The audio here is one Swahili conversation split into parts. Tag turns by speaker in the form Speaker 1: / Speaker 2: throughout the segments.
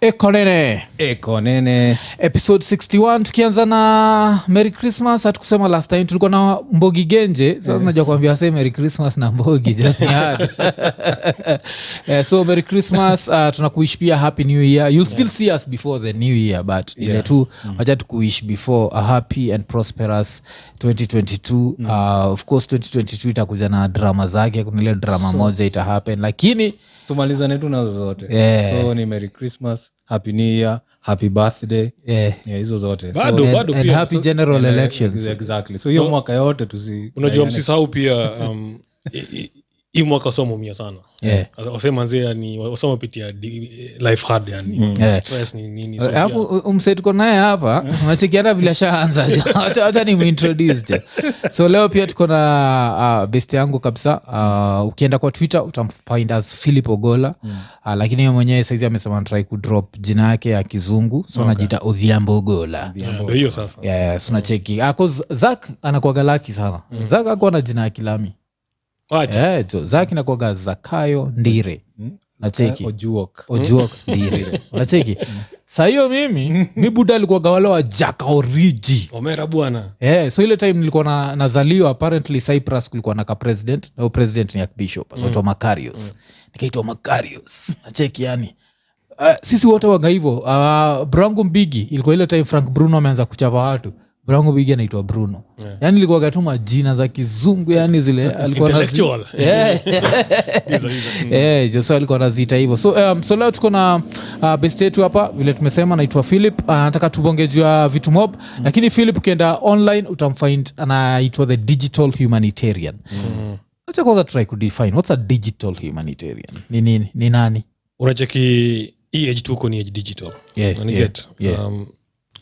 Speaker 1: ekonene
Speaker 2: eko nene
Speaker 1: Eh, episode 61 tukianza na merry christmas hatukusema last time tulikuwa na mbogi genje sasa najua kuambia se merry christmas na mbogi jamani hadi. Eh, so merry christmas uh, tunakuish pia happy new year you'll still see us before the new year but ile
Speaker 2: Yeah.
Speaker 1: tu wacha tukuish before a happy and prosperous 2022 uh, of course 2022 itakuja na drama zake kuna ile drama moja ita happen lakini eh,
Speaker 2: tumalizane tu nazo zote
Speaker 1: Yeah.
Speaker 2: so ni merry christmas happy new year happy birthday
Speaker 1: eh,
Speaker 2: yeah, hizo zote
Speaker 3: Bado,
Speaker 2: so,
Speaker 1: and-
Speaker 3: bado
Speaker 1: eh, and
Speaker 3: pia,
Speaker 1: happy
Speaker 2: so-
Speaker 1: general
Speaker 2: Yeah,
Speaker 1: elections
Speaker 2: exactly so hiyo
Speaker 3: No.
Speaker 2: mwaka yote eh, tusi
Speaker 3: unajua
Speaker 1: Yaani-
Speaker 3: msisahau pia um, i- i- hii mwaka wasomaumia sana
Speaker 1: Yeah.
Speaker 3: wasemanzia ni wasomapitia life hard yani
Speaker 1: Mm, Yeah.
Speaker 3: stress ni nini so
Speaker 1: alafu
Speaker 3: pia-
Speaker 1: u- umse tuko naye hapa nachekiana vile ashaanza Wacha- wacha ni muintroduce so leo pia tuko na uh, best yangu kabisa uh, ukienda kwa twitter utamfind as philip ogola uh, lakini ye mwenyewe saizi amesema trai kudrop jina yake ya kizungu so anajiita odhiambo ogola
Speaker 3: Yeah, ndio hiyo sasa
Speaker 1: yes unacheki ako zak anakuaga laki sana zak akuwa na jina ya kilami
Speaker 3: wacha
Speaker 1: yeah, zak inakuaga zakayo ndire
Speaker 2: eh,
Speaker 1: nacheki
Speaker 2: ojuok
Speaker 1: ojuok ndire unacheki saa hiyo mimi mi buda alikuwaga wale wa jaka oriji
Speaker 3: omera bwana
Speaker 1: Yeah, so ile time nilikuwa na, nazaliwa apparently cyprus kulikuwa na kapresident nao president ni akbishop anaitwa macarios nikaitwa macarios nacheki yani Uh, sisi wote waga hivo uh, brangu mbigi ilikuwa ile time frank bruno ameanza kuchapa watu brangu mbigi anaitwa bruno
Speaker 3: Yeah.
Speaker 1: yani ilikuwaga tu majina za kizungu yani zile alikuwa nazi- Eh.
Speaker 3: Intellectual.
Speaker 1: yeah.
Speaker 3: hizo hizo Mm.
Speaker 1: Eh, Jose alikuwa anaziita hivyo so, um, so leo tuko na uh, best yetu hapa vile tumesema naitwa philip Ah, anataka tubonge juu ya vitu mob
Speaker 3: Mm-hmm.
Speaker 1: lakini philip ukienda online utamfind anaitwa the digital humanitarian
Speaker 3: Mm-hmm. Mm.
Speaker 1: acha kwanza try kudefine what's a digital humanitarian ni nini ni nani
Speaker 3: unacheki hii age tuko ni age digital
Speaker 1: Yeah,
Speaker 3: Unani
Speaker 1: yeah,
Speaker 3: get?
Speaker 1: yeah.
Speaker 3: Um,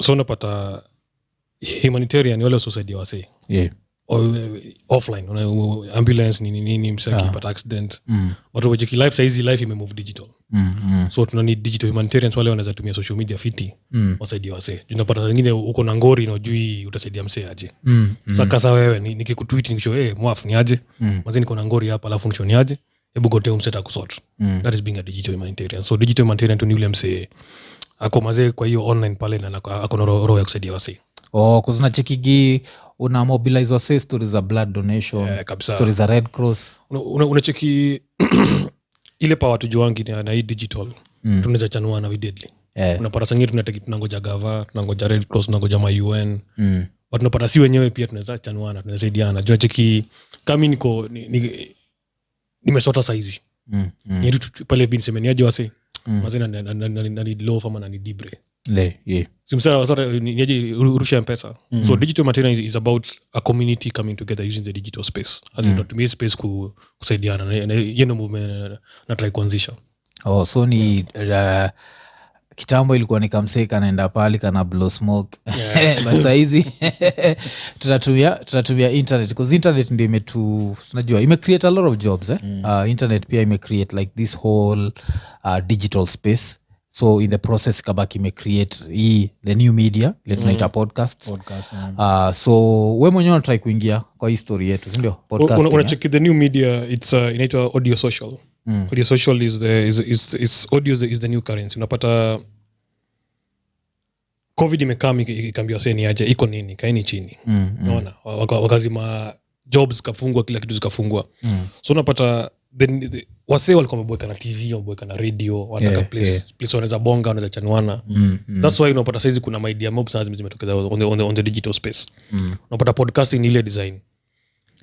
Speaker 3: so unapata humanitarian ni wale wasaidia wasee
Speaker 1: yeah.
Speaker 3: O- offline una- u- ambulance nini nini
Speaker 1: Ah.
Speaker 3: msee akipata accident
Speaker 1: mm,
Speaker 3: watu wacheki life saizi life imemove digital
Speaker 1: mm, mm,
Speaker 3: so tunani digital humanitarians wale wanaweza tumia social media fiti
Speaker 1: mm,
Speaker 3: wasaidia wasee unapata saa zingine uko na ngori na ujui utasaidia msee aje
Speaker 1: mm, mm,
Speaker 3: sa kasa wewe ni- nikikutwit nikisho hey, mwaf ni aje
Speaker 1: mm,
Speaker 3: mazi niko na ngori hapa alafu nisho ni aje hebu gote mseta kusort
Speaker 1: mm.
Speaker 3: that is being a digital humanitarian so digital humanitarian tu ni yule msee ako mazee kwa hiyo online pale na anako- ako na roho roho ya kusaidia wasee
Speaker 1: oh, kuzina chekigi una mobilize wase stori za blood donation
Speaker 3: Eh, kabisa.
Speaker 1: stori za red cross
Speaker 3: Una- una- unacheki ile pawa tujuangi na, na hii digital
Speaker 1: Mm.
Speaker 3: tunaweza chanuana videdly
Speaker 1: eh,
Speaker 3: unapata sangine tunategi tunangoja gava tunangoja red cross tunangoja maun
Speaker 1: mm,
Speaker 3: but unapata si wenyewe pia tunaweza chanuana tunasaidiana junacheki kami niko ni- ni- nimesota saizi
Speaker 1: mm, mm,
Speaker 3: Ni tu- tu- pale binsemeniaje wase
Speaker 1: Mm.
Speaker 3: mazina nanilof ama nanidibre
Speaker 1: le yeah.
Speaker 3: simsaraje urusha mpesa
Speaker 1: Mm.
Speaker 3: so digital material is, is about a community coming together using the digital space
Speaker 1: Mm.
Speaker 3: as in tunatumia space ku, kusaidiana Na- na- hiyo ndio movement na- na try kuanzisha
Speaker 1: oh, so ni uh, kitambo ilikuwa ni kamsee kanaenda pali kana blow smoke but sahizi tunatumia tunatumia internet bcause internet ndio imetu tunajua imecreate a lot of jobs eh?
Speaker 3: Mm.
Speaker 1: uh, internet pia imecreate like this whole uh, digital space so in the process kabak imecreate hii the new media ile tunaita
Speaker 3: Mm.
Speaker 1: podcasts
Speaker 2: podcast um,
Speaker 1: uh, so we mwenyewe unatrai kuingia kwa hii story yetu sindio
Speaker 3: Una- una-
Speaker 1: podcasting eh?
Speaker 3: unacheki the new media it's uh, inaitwa audio social
Speaker 1: Mm.
Speaker 3: audio social is the is, is, is audio is the, is the new currency unapata covid imekam ikaambia seni aje iko nini kaini chini
Speaker 1: Mm, mm,
Speaker 3: naona wakazima job zikafungwa kila kitu zikafungwa
Speaker 1: mm,
Speaker 3: so unapata then the- wasee walikuwa wameboeka na tv wameboeka na radio wanataka
Speaker 1: Yeah,
Speaker 3: place,
Speaker 1: yeah.
Speaker 3: place wanaweza bonga wanaweza chanuana
Speaker 1: mm, mm,
Speaker 3: thats why unapata saizi kuna maidia mob sana zime- zimetokeza on the, on the, on the digital space
Speaker 1: mm,
Speaker 3: unapata podcasting ni ile design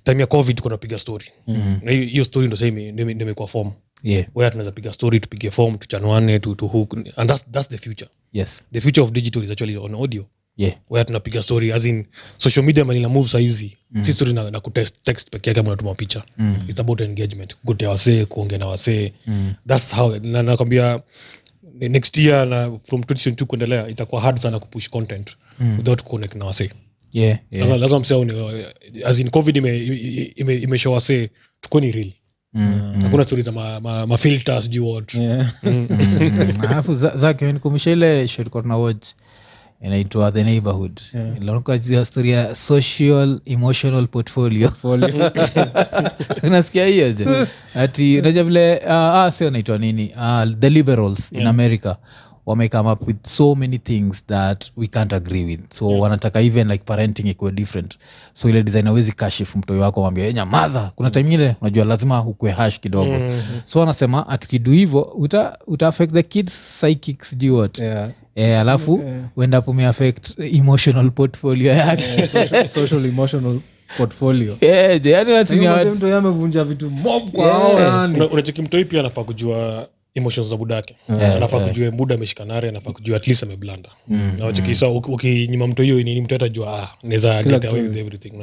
Speaker 3: time ya covid kuna piga story
Speaker 1: mm.
Speaker 3: na hiyo- hiyo story ndo sasa ime- ndio ime- ndio imekuwa form
Speaker 1: yeah
Speaker 3: where tunaweza piga story tupige form tuchanuane tu, tu hook and that's, that's the future
Speaker 1: yes
Speaker 3: the future of digital is actually on audio
Speaker 1: yeah
Speaker 3: where tunapiga story as in social media manila move sahizi mm. si story na, na kutest text peke yake ama unatuma picha
Speaker 1: Mm.
Speaker 3: its about engagement kugotea wasee kuongea na wasee
Speaker 1: Mm.
Speaker 3: thats how na- nakwambia ne- next year na from 2022 kuendelea itakuwa hard sana kupush content mm. without kuconnect na wasee
Speaker 1: yeah yeah
Speaker 3: lazima lazima msee aone, as in covid ime- ime- ime- imeshow wasee tukuwe ni real
Speaker 1: Mm,
Speaker 3: hakuna stories za ma- ma- mafilter sijui what
Speaker 2: yeah.
Speaker 1: mm. alafu za- zake nikumbusha ile shortcut na watch inaitwa the neighborhood yeah. story ya social emotional portfolio unasikia hiyo je ati unajua vile ah, ah, sio naitwa nini ah, the liberals in america wame come up with so many things that we can't agree with so wanataka even like parenting ikuwe different so ile design awezi kashif mtoi wako wambia "Eh, nyamaza kuna time ingine unajua lazima ukue hash kidogo
Speaker 3: Mhm.
Speaker 1: so wanasema atukidu hivo uta, uta affect the kids psychic sijui what
Speaker 2: yeah.
Speaker 1: eh, alafu uendapo umeaffect emotional portfolio yake
Speaker 2: social, social emotional portfolio
Speaker 1: Eh, je, yaani watu ni
Speaker 2: Lakini
Speaker 1: watu-
Speaker 2: mtu yeye amevunja vitu mob kwa
Speaker 1: Yeah.
Speaker 2: hao yani.
Speaker 3: Una- unacheki mtoi pia anafaa kujua emotions za buda yake
Speaker 2: Yeah,
Speaker 3: anafaa
Speaker 1: yeah.
Speaker 3: kujua buda ameshikanare anafaa kujua at least ameblanda
Speaker 1: Mm,
Speaker 3: na wacheki sa uki- ukinyima mtoi hiyo nini mtu atajua ah, naweza
Speaker 2: Kila
Speaker 3: get away
Speaker 2: kitu.
Speaker 3: with everything
Speaker 1: eh,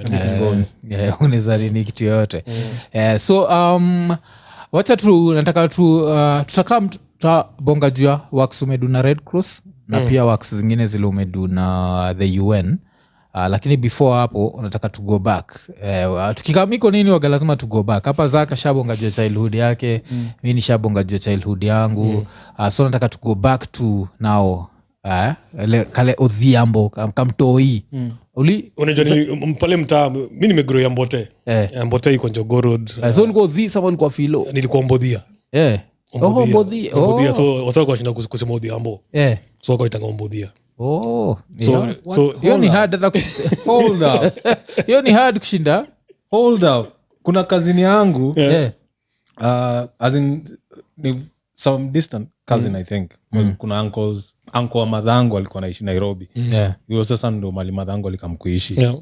Speaker 3: unajua.
Speaker 1: eh, unaweza nini kitu yoyote Eh, so um, wacha tu nataka tu uh, tutakaa mtu- tutabonga juu ya wax umedu na red cross na
Speaker 3: Mm.
Speaker 1: pia wax zingine zile umedu na the un Uh, lakini before hapo nataka to go back uh, tukikamiko nini waga lazima to go back hapa zaka shabonga jua childhood yake mm. mi nishabonga jua childhood yangu mm. uh, so nataka to go back to now uh, le, kale odhiambo kam, kamtoi
Speaker 2: Mm.
Speaker 1: uli
Speaker 3: unajua ni m- pale mtaa m- mi nimegroia mbote
Speaker 1: eh,
Speaker 3: Eh, mbote iko Njogoo road
Speaker 1: uh, so ulikuwa odhi sama ulikuwa filo
Speaker 3: nilikuwa mbodhia
Speaker 1: eh. oh, Mbodhi.
Speaker 3: Mbodhia.
Speaker 1: Oh.
Speaker 3: so wasa washinda kus- kusema odhiambo
Speaker 1: Eh.
Speaker 3: so wakaitanga mbodhia
Speaker 1: Oh,
Speaker 3: So-
Speaker 1: yeah.
Speaker 3: so-
Speaker 1: What- hiyo ni hard hata kus-
Speaker 2: Hold up.
Speaker 1: hiyo ni hard kushinda
Speaker 2: Hold up. kuna kazini yangu
Speaker 3: Yeah.
Speaker 1: Eh,
Speaker 2: uh, as in ni some distant
Speaker 3: Mm.
Speaker 2: cousin i think 'Cause kuna uncles uncle wa madhangu alikuwa naishi nairobi
Speaker 1: yeah.
Speaker 2: huyo sasa ndo mali madhangu alikamkuishi
Speaker 3: yeah.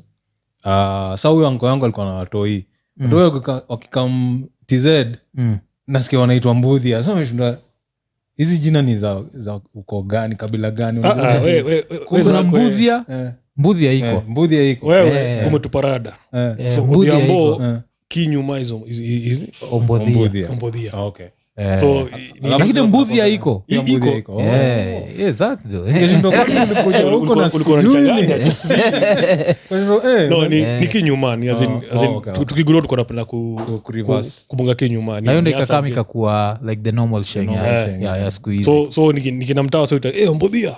Speaker 2: Ah, sa huyo anko yangu alikuwa na watoi
Speaker 3: Mm.
Speaker 2: watoi wakika- wakikam tz
Speaker 1: Mm.
Speaker 2: nasikia wanaitwa mbudhi sa ameshinda hizi jina ni za, za ukoo gani kabila gani
Speaker 3: Ah, ah, we- we- we- we
Speaker 1: kuna
Speaker 3: zako, eh.
Speaker 1: mbudhia
Speaker 2: Eh,
Speaker 1: mbudhia
Speaker 2: eh,
Speaker 1: iko
Speaker 2: mbudhi yaiko
Speaker 3: wewe
Speaker 1: Eh.
Speaker 3: umetuparada
Speaker 2: Eh,
Speaker 1: Eh,
Speaker 3: so
Speaker 1: Mbudhia
Speaker 3: Odhiambo-
Speaker 1: iko. Oh,
Speaker 2: eh,
Speaker 3: kinyuma hizo hizi- hizi-
Speaker 1: Ombodhia.
Speaker 2: oh, Mbudhi ya.
Speaker 3: mbodhia
Speaker 2: Ah, okay.
Speaker 1: Eh.
Speaker 3: so i- ni-
Speaker 2: Alafu-
Speaker 1: lakini mbudhia iko
Speaker 2: Pia
Speaker 3: Iko.
Speaker 2: Mbudhi yaiko. Oh.
Speaker 1: Eh, yes, that though.
Speaker 2: Ningeshindwa kwani
Speaker 3: Eh,
Speaker 2: nilikuja huko na
Speaker 3: Ulikuwa- ulikuwa
Speaker 2: sikujui
Speaker 3: unanichanganya.
Speaker 2: ni- Ningeshindwa, eh,
Speaker 3: no, ni,
Speaker 1: Eh.
Speaker 3: ni kinyumani as in-
Speaker 2: Oh,
Speaker 3: as in,
Speaker 2: oh, okay,
Speaker 3: tu-
Speaker 2: okay.
Speaker 3: tukigundua tulikuwa tunapenda ku,
Speaker 2: Ku-
Speaker 3: ku,
Speaker 2: kureverse.
Speaker 3: kubonga kinyumani
Speaker 1: na hiyo ndo
Speaker 3: Ni hasa
Speaker 1: ikakama
Speaker 3: mji-
Speaker 1: ikakuwa like the normal sheng
Speaker 2: normal
Speaker 1: ya-
Speaker 2: sheng,
Speaker 1: ya- ya siku hizi
Speaker 3: so, so niki- nikinamtaa sauta eh, mbodhia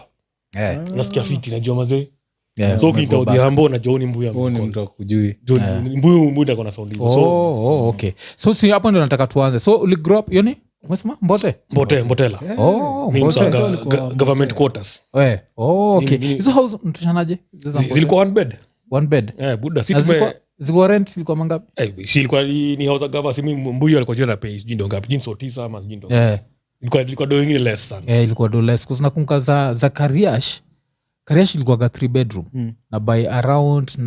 Speaker 1: Eh,
Speaker 2: Mm.
Speaker 3: nasikia fiti najua mazee
Speaker 1: yeah,
Speaker 3: so
Speaker 1: ume
Speaker 3: ukiita
Speaker 1: go Eh, back.
Speaker 3: odhiambo najua huu ni mbuya
Speaker 2: Huyu ni mtu wa kujui
Speaker 1: Yeah.
Speaker 3: mbuyu mbuyu ndakona saundi
Speaker 1: Oh,
Speaker 3: so
Speaker 1: oh, okay so si hapo ndo nataka tuanze so uli grow up yoni umesema mbote
Speaker 3: mbote mbotela
Speaker 2: Eh,
Speaker 1: Oh,
Speaker 3: Mimi
Speaker 1: Mbote.
Speaker 3: msa-
Speaker 2: Sasa
Speaker 3: ga-
Speaker 2: walikuwa
Speaker 3: ga-
Speaker 2: Mbote.
Speaker 3: government quarters
Speaker 1: Eh, oh, okay
Speaker 3: Ni- ni-
Speaker 1: hizo house mtushanaje Hizo za
Speaker 3: Zi-
Speaker 1: Eh, Mbote?
Speaker 3: zilikuwa one bed
Speaker 1: one bed
Speaker 3: eh buda si
Speaker 1: Na
Speaker 3: tume
Speaker 1: zilikuwa- zilikuwa rent ilikuwa mangapi
Speaker 3: eh, si ilikuwa ni ni house gava si mimi mbuyu alikuwa jina pay sijui ndo ngapi jinsi tisa ama sijui ndo
Speaker 1: Eh.
Speaker 3: ilikuwa ilikuwa do nyingine less sana
Speaker 1: eh, ilikuwa dolesnakumka za, za kariash kariash ilikuwaga three bedroom
Speaker 3: Hmm.
Speaker 2: Mm.
Speaker 1: na by around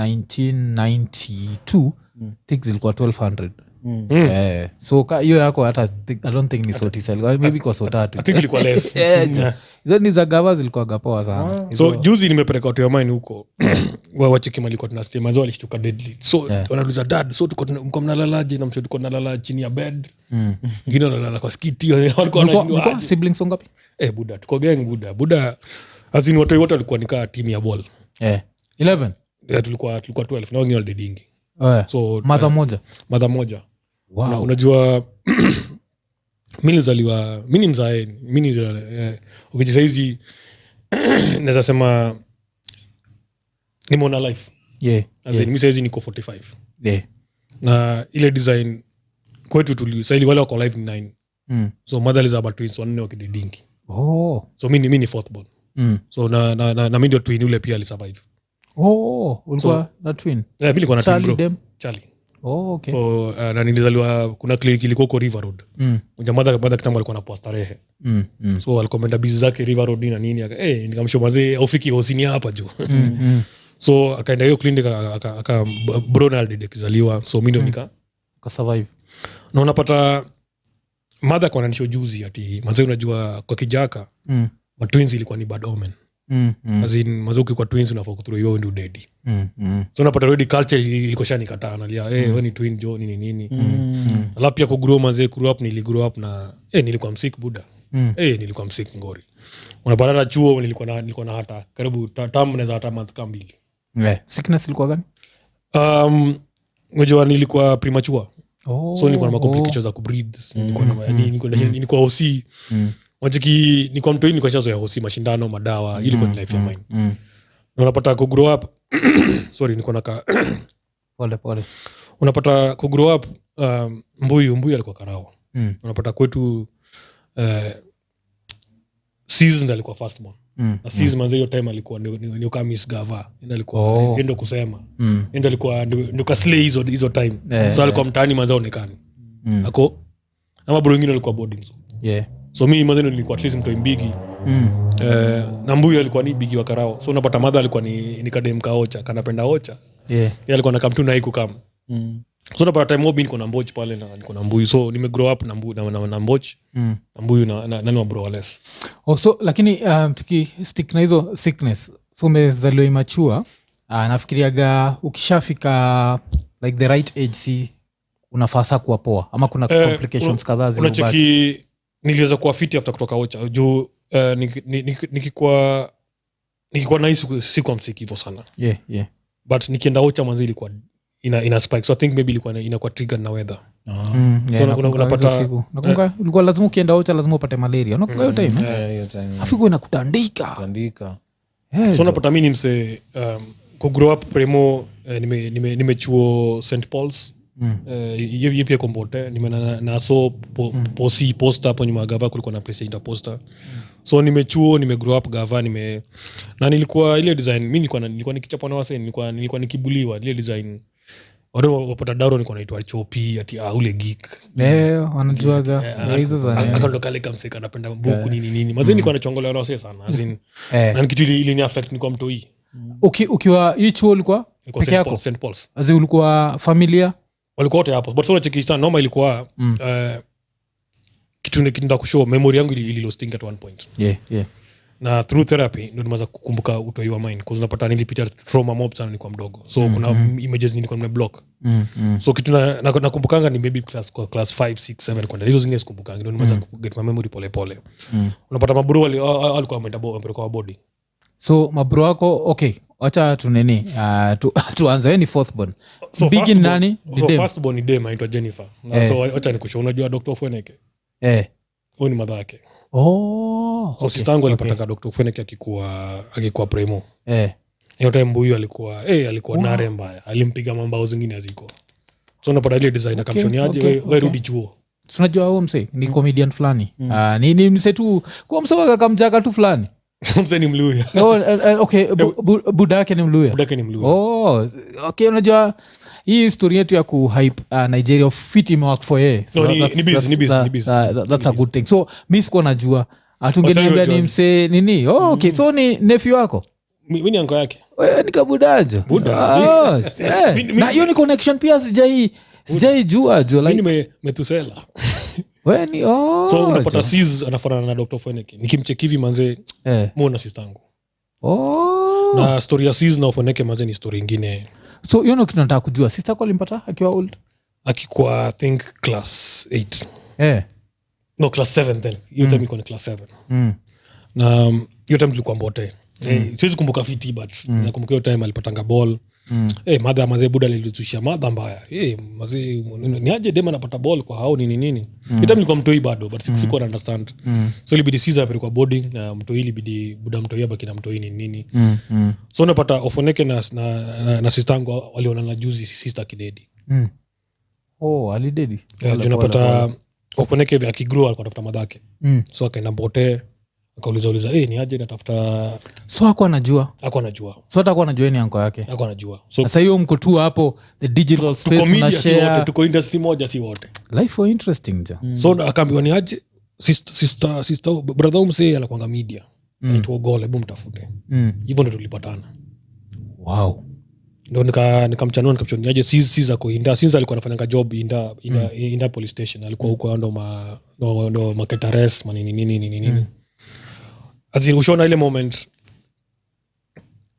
Speaker 1: 1992
Speaker 3: Hmm.
Speaker 2: Mm.
Speaker 1: think zilikuwa 1200
Speaker 2: Mm.
Speaker 3: Mm.
Speaker 1: eh, so ka- hiyo yako hata thi- i don't think ni sotisa maybe kwa
Speaker 3: I think
Speaker 1: sotatu
Speaker 3: ilikuwa less
Speaker 1: Eh,
Speaker 3: Mm.
Speaker 1: hizo ni za gava zilikuwaga poa sana
Speaker 2: Ah.
Speaker 1: Hizo-
Speaker 3: so juzi nimepeleka watu ya mine huko wa- wachekima alikuwa tunasema zo alishtuka deadly so
Speaker 1: Yeah.
Speaker 3: wanauliza dad so tuko tuna- mko mnalalaje namsho tuko nalala chini ya bed
Speaker 1: Mm.
Speaker 3: wengine wanalala kwa skiti walikuwa
Speaker 1: Mlikuwa-
Speaker 3: wanashindwa
Speaker 1: mlikuwa
Speaker 3: aje.
Speaker 1: siblings wangapi
Speaker 3: eh buda tuko gang buda buda azini watoi wote walikuwa nikaa timu ya ball
Speaker 1: Eh, 11
Speaker 3: Eh, tulikuwa tulikuwa 12 na wengine walidedingi
Speaker 1: Eh,
Speaker 3: so
Speaker 1: madha
Speaker 3: eh,
Speaker 1: moja
Speaker 3: mother moja Na
Speaker 1: wow.
Speaker 3: unajua mi nilizaliwa mi ni mzaeni mi ni eh, okay, sahizi naweza sema nimeona life
Speaker 1: yeah.
Speaker 3: As in, mi sahizi niko 45
Speaker 1: yeah.
Speaker 3: na ile design kwetu tuli sahili wale wako live ni 9
Speaker 1: Mm.
Speaker 3: so mother alizaba twins wanne wakididingi
Speaker 1: Oh.
Speaker 3: so mi ni mi ni fourth born
Speaker 1: Mm.
Speaker 3: so na, na, na, na mi ndio twin yule pia alisurvive
Speaker 1: Oh, ulikuwa na twin
Speaker 3: eh, mi nilikuwa na twin
Speaker 1: Charlie
Speaker 3: bro
Speaker 1: dem.
Speaker 3: Charlie.
Speaker 1: Oh, okay.
Speaker 3: so uh, na nilizaliwa kuna kliniki ilikuwa huko river road
Speaker 1: Mm,
Speaker 3: jamaa baada kitambo alikuwa anapoa starehe
Speaker 1: mm, mm,
Speaker 3: so alikuwa ameenda bizi zake river road na nini aka- eh, nikamshomazee aufiki hosini hapa jo
Speaker 1: mm, mm.
Speaker 3: so akaenda hiyo clinic aka- aka- aka bronald akizaliwa so mi ndio
Speaker 1: Hmm.
Speaker 3: nika
Speaker 1: Ukasurvive.
Speaker 3: na unapata madha kwananisho juzi ati mazee unajua kwa kijaka
Speaker 1: Mm,
Speaker 3: matwins ilikuwa ni bad omen
Speaker 1: mm, mm,
Speaker 3: mm. mazee ukikwa twins unafaa kuthuru hiyo ndio dedi
Speaker 1: mm, mm,
Speaker 3: so unapata redi culture ili- ilikuwa shanikataa nalia eh, we ni twin jo nini nini
Speaker 1: mm,
Speaker 3: alafu pia kugrow mazee grow up niligrow up na eh, nilikuwa msik buda
Speaker 1: mm.
Speaker 3: hey, nilikuwa msik ngori unapata hata chuo nilikuwa na, nilikuwa na hata karibu ta- tam naweza hata month ka mbili
Speaker 1: Eh, sickness ilikuwa gani
Speaker 3: um, unajua nilikuwa premature
Speaker 1: oh,
Speaker 3: so nilikuwa na macomplications za kubreed nilikuwa na- yani, nilikuwa- nilikuwa hosi
Speaker 1: Mm,
Speaker 3: wajiki nilikuwa mtoi nilikuwa shazoya hosi mashindano madawa hii Ah, ilikuwa ni life ya
Speaker 1: mm,
Speaker 3: mine
Speaker 1: mm.
Speaker 3: na unapata kugrow up sorry nilikuwa naka
Speaker 1: Pole, pole.
Speaker 3: unapata kugrow up um, mbuyu mbuyu alikuwa karawa
Speaker 1: Mm,
Speaker 3: unapata kwetu uh, eh, seasons alikuwa first born
Speaker 1: Mm,
Speaker 3: na season manze hiyo time alikuwa ni- ni- ni ukamis gava Yeye alikuwa
Speaker 1: Oh.
Speaker 3: yeye ndio kusema
Speaker 1: mm,
Speaker 3: Yeye ndio alikuwa nikaslay hizo hizo time
Speaker 1: Eh,
Speaker 3: so alikuwa mtaani manze aonekani
Speaker 1: mm,
Speaker 3: ako na mabro wengine alikuwa boarding so
Speaker 1: yeah.
Speaker 3: so mimi manze ndio nilikuwa at least mtoi mbigi
Speaker 1: Mm,
Speaker 3: eh, na mbuyu alikuwa ni bigi wa karao so unapata madha alikuwa ni, ni kadem kaocha kanapenda ocha
Speaker 1: yeah.
Speaker 3: yeye alikuwa nakam tu naiku kam
Speaker 2: Mm.
Speaker 3: so unapata time mob niko na mboch pale na niko na mbuyu so nimegrow up na mbuyu na, na, na mboch
Speaker 1: Mm.
Speaker 3: na mbuyu na, na, nani wa bro wales
Speaker 1: Oh, so lakini um, tukistick na hizo sickness so umezaliwa imachua uh, nafikiriaga ukishafika like the right age si unafaa saa kuwa poa ama kuna
Speaker 3: Eh,
Speaker 1: complications
Speaker 3: una-
Speaker 1: kadhaa zilibaki
Speaker 3: unacheki niliweza kuwa fiti after kutoka ocha juu eh, niki- ni- niki- nikikuwa nikikuwa nahii siku- sikuwa msiki hivo sana
Speaker 1: yeah, yeah.
Speaker 3: but nikienda ocha mwanzi ilikuwa ina, ina spike so i think maybe ilikuwa ina- inakuwa triggered na weather
Speaker 2: Ah.
Speaker 1: Mm, yeah,
Speaker 3: una-
Speaker 1: nakumbuka
Speaker 3: unapata-
Speaker 1: hizo siku. Nakumbuka ulikuwa lazima ukienda ocha lazima upate malaria nakumbuka hiyo time eh?
Speaker 2: Yeah, hiyo time, yeah.
Speaker 1: afikuwa inakutandika
Speaker 2: Tandika.
Speaker 1: Eh,
Speaker 3: so unapata mi ni mse um, kugrow up premo eh, nimechuo nime, nimechuo st pauls
Speaker 1: mm,
Speaker 3: eh, hiyo hiyo pia kombote nimenana na so po,
Speaker 1: Mm.
Speaker 3: posi posta hapo nyuma ya gava kulikuwa na place yaita posta
Speaker 1: Hmm.
Speaker 3: so nimechuo nimegrow up gava nime na nilikuwa ile design mi nilikuwa, na- nilikuwa nikichapwa na wasee nilikuwa, nilikuwa nikibuliwa ile design watu wapata daro nilikuwa naitwa chopi ati ah, ule geek
Speaker 1: eh, wanajuaga Eh, hizo za
Speaker 3: Ak-
Speaker 1: nini. Hmm.
Speaker 3: akando kale kamseka anapenda buku nini nini mazee nilikuwa nachongolewa na wasee sana as in,
Speaker 1: Eh,
Speaker 3: na ni kitu ili- ili ni affect nilikuwa mtoi
Speaker 1: uki- ukiwa hii chuo ulikuwa
Speaker 3: Nilikuwa
Speaker 1: Peke
Speaker 3: St.
Speaker 1: yako?
Speaker 3: Paul- St. Paul's.
Speaker 1: azi ulikuwa familia
Speaker 3: walikuwa wote hapo but sonachekistan noma ilikuwa
Speaker 1: Mm.
Speaker 3: eh, kitu ni- kitu nda kushow memory yangu ili- ililosting at one point
Speaker 1: yeah, yeah.
Speaker 3: na through therapy ndo nimeweza kukumbuka utoi wa mine cause unapata nilipitia trauma mob sana nilikuwa mdogo so
Speaker 1: Mm,
Speaker 3: kuna
Speaker 1: mm.
Speaker 3: images nilikuwa nimeblock
Speaker 1: Mm, mm.
Speaker 3: so kitu na- na- nakumbukangaa ni maybe class kwa class 5 6 7 kwenda hizo zingine sikumbukangi ndo nimeweza
Speaker 1: Mm.
Speaker 3: kuget my memory pole pole
Speaker 1: Mm.
Speaker 3: unapata maburu wali- wa- wa- walikuwa wameenda bo- wamepelekwa wabodi
Speaker 1: so mabro wako okay wacha tunini uh, tu, tuanze we ni fourthborn
Speaker 3: so
Speaker 1: Bigi
Speaker 3: firstborn-
Speaker 1: ni nani? Ni
Speaker 3: so
Speaker 1: dem.
Speaker 3: firstborn ni dem anaitwa Jennifer Na
Speaker 1: Eh.
Speaker 3: so wacha nikushow unajua Dr. Fweneke
Speaker 1: eh.
Speaker 3: huyu ni madha yake
Speaker 1: oh,
Speaker 3: so
Speaker 1: okay,
Speaker 3: sistangu
Speaker 1: okay.
Speaker 3: alipatanga Dr. Fweneke akikuwa akikuwa premo
Speaker 1: eh.
Speaker 3: hiyo time huyu alikuwa eh, alikuwa
Speaker 1: Wow.
Speaker 3: nare mbaya alimpiga mambao zingine haziko so unapata ile design
Speaker 1: Okay,
Speaker 3: akamshoniaje
Speaker 1: okay,
Speaker 3: we-
Speaker 1: okay.
Speaker 3: we rudi chuo
Speaker 1: tunajua huo mse ni comedian fulani
Speaker 2: Mm.
Speaker 1: Ah, ni, ni mse tu kuwa mseakakamjaka tu fulani
Speaker 3: mzee ni mluya
Speaker 1: oh, eh, eh, okay bu, bu, buda yake ni mluya
Speaker 3: budake ni mluya
Speaker 1: oh, okay unajua hii historia yetu ya kuhype uh, nigeria fit imework for yeye
Speaker 3: No, ni-
Speaker 1: that's-
Speaker 3: ni busy,
Speaker 1: that's-
Speaker 3: ni busy,
Speaker 1: that-
Speaker 3: ni busy.
Speaker 1: that- that- that's a
Speaker 3: Ni
Speaker 1: good thing so mi sikuwa najua atungeniambia
Speaker 3: Wasanii
Speaker 1: ni
Speaker 3: wajua. Mm.
Speaker 1: msee nini oh, okay so ni nefi wako
Speaker 3: Mi- mi ni anko yake
Speaker 1: Wewe ni kabudajo
Speaker 3: Buda.
Speaker 1: Ah, eh.
Speaker 3: Mi- mi-
Speaker 1: na hiyo ni connection pia sijai sijai jua jo
Speaker 3: mi
Speaker 1: like,
Speaker 3: nimetusela
Speaker 1: wewe ni oh,
Speaker 3: so unapata
Speaker 1: jo.
Speaker 3: sis anafanana na dr feneke nikimcheki hivi manze
Speaker 1: Eh.
Speaker 3: muona sistangu
Speaker 1: Oh.
Speaker 3: na story ya sis na ofeneke manze ni story ingine
Speaker 1: so hiyo ndo kitu nataka kujua sister kwa alimpata akiwa old
Speaker 3: akikuwa I think class 8
Speaker 1: eh.
Speaker 3: no class 7 then hiyo time
Speaker 1: Mm.
Speaker 3: ilikuwa ni class 7
Speaker 1: mm.
Speaker 3: na um, hiyo time tulikuwa mbote Eh, siwezi kumbuka fiti but
Speaker 1: Mm.
Speaker 3: nakumbuka hiyo time alipatanga ball
Speaker 1: Mm.
Speaker 3: Eh, madha mazee buda lilitushia madha mbaya Eh, mazee ni- ni aje dem anapata ball kwa hao nini nini
Speaker 1: Mm.
Speaker 3: mm. ilikuwa mtoi bado but siku sikuwa na understand
Speaker 1: Mm.
Speaker 3: so ilibidi siza apelekwa boarding na mtoi ilibidi buda mtoi abaki na mtoi nini nini
Speaker 1: Mm. Mm.
Speaker 3: so unapata ofoneke na, na, na, na sistangu walionana juzi sister kidedi
Speaker 1: Mm. Oh, alidedi
Speaker 3: Eh, juu unapata ofoneke akigrow alikuwa tafuta madhake
Speaker 1: mm.
Speaker 3: so akaenda mbote akauliza uliza eh, ni aje natafuta
Speaker 1: so ako anajua
Speaker 3: ako anajua
Speaker 1: so atakuwa anajua ni anko yake
Speaker 3: ako anajua so
Speaker 1: sasa hiyo mko tu hapo the digital
Speaker 3: tuko
Speaker 1: space
Speaker 3: media si wote
Speaker 1: mnashare
Speaker 3: tuko industry moja si wote
Speaker 1: life was interesting jo
Speaker 2: Mm.
Speaker 3: so akaambiwa ni aje sister- sister- sister- brother huyu msee anakwanga media
Speaker 1: mm.
Speaker 3: anaitwa Ogola, hebu mtafute
Speaker 1: mm.
Speaker 3: hivyo ndo tulipatana
Speaker 1: wow
Speaker 3: ndo nika- nikamchanua nikamshoniaje sis ako inda sis alikuwa anafanyanga job inda, inda, inda police station alikuwa huko ndo ma ndo- ndo maketares maninininini
Speaker 1: Mm.
Speaker 3: ushaona ile moment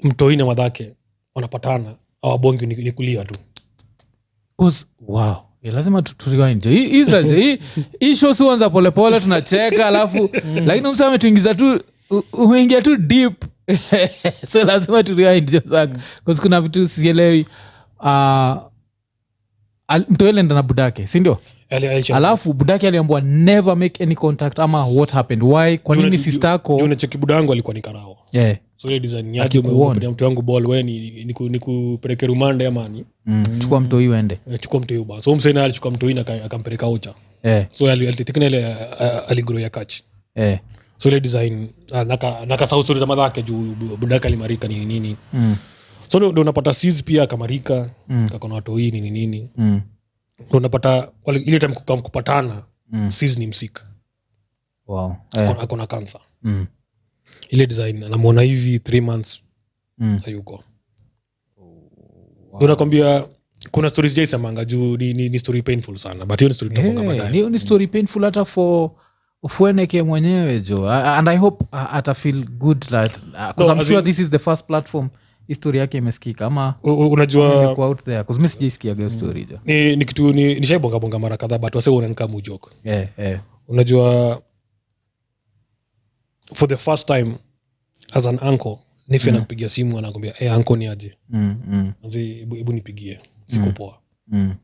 Speaker 3: mtoi na madhake wanapatana awabongi ni, ni kulia tu
Speaker 1: 'Cause- wow Eh, lazima tu- tu rewind jo. Hii- hii sasa- hii- hii show si huanza polepole tunacheka alafu
Speaker 3: Mm.
Speaker 1: lakini msa ametuingiza tu u- umeingia tu deep so lazima tu rewind jo
Speaker 3: Mm.
Speaker 1: saka. 'Cause kuna vitu sielewi Ah, al- mtu elenda na budake sindio
Speaker 3: Ali- alisha-
Speaker 1: alafu budake aliambua never make any contact ama what happened why kwa
Speaker 3: Juu
Speaker 1: nini
Speaker 3: na-
Speaker 1: sistako
Speaker 3: juu na cheki buda yangu alikuwa ni karao
Speaker 1: yeah.
Speaker 3: so hiyo design ni aje
Speaker 1: Akikuona.
Speaker 3: umempatia mtu yangu ball we ni- niku- nikupeleke rumande amani
Speaker 1: mm. chukua mtu huyu ende
Speaker 3: chukua mtu hiyo so msena alichukua mtu hiyo akampeleka ucha
Speaker 1: eh,
Speaker 3: so ali- alitekena ile aligro eh, ya kach
Speaker 1: eh.
Speaker 3: so ile design ah, naka- nakasahau stori za madhake juu bu- budaka alimarika nini nini
Speaker 1: Mm,
Speaker 3: so ndo ndo unapata sis pia akamarika
Speaker 1: mm,
Speaker 3: kakona watoi nini nini
Speaker 1: mm,
Speaker 3: ndo unapata wale- ile time kuka- kupatana
Speaker 1: mm.
Speaker 3: sis ni msika
Speaker 1: Wow. Eh,
Speaker 3: akona kansa
Speaker 1: mm,
Speaker 3: ile design anamwona hivi three months
Speaker 1: mm.
Speaker 3: hayuko Ndio nakwambia kuna stori sijaisemanga juu ni, ni, ni story painful sana but hiyo ni story tutagonga
Speaker 1: Eh,
Speaker 3: baadaye.
Speaker 1: ni- ni story painful hata for ufueneke mwenyewe jo A- and i hope uh, ata feel good that because
Speaker 3: No,
Speaker 1: i'm
Speaker 3: as
Speaker 1: sure
Speaker 3: in-
Speaker 1: this is the first platform histori yake imesikika ama
Speaker 3: U- u- unajua
Speaker 1: imekuwa out there because mi sijaisikiaga hiyo story jo
Speaker 3: ni, ni kitu ni, nishaibongabonga mara kadhaa but wase unanika mujok
Speaker 1: eh, eh.
Speaker 3: unajua for the first time as an uncle nifi
Speaker 1: Mm.
Speaker 3: anakupigia simu anakwambia hey, uncle ni aje
Speaker 1: Mm, mm,
Speaker 3: Manzi, hebu hebu nipigie siko
Speaker 1: Mm.
Speaker 3: poa
Speaker 1: mm,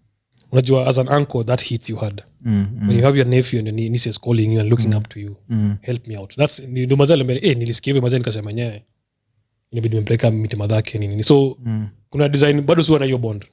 Speaker 3: unajua as an uncle that hits you hard
Speaker 1: mm,
Speaker 3: when
Speaker 1: mm,
Speaker 3: you have your nephew and your nie- niece is calling you and looking
Speaker 1: Mm.
Speaker 3: up to you
Speaker 1: mm,
Speaker 3: help me out that's ni- ndio mazali mbele eh nilisikia hivyo mazali nikasema nyaye inabidi nimempeleka miti madhake nini nini. so
Speaker 1: mm,
Speaker 3: kuna design bado siwa na hiyo bond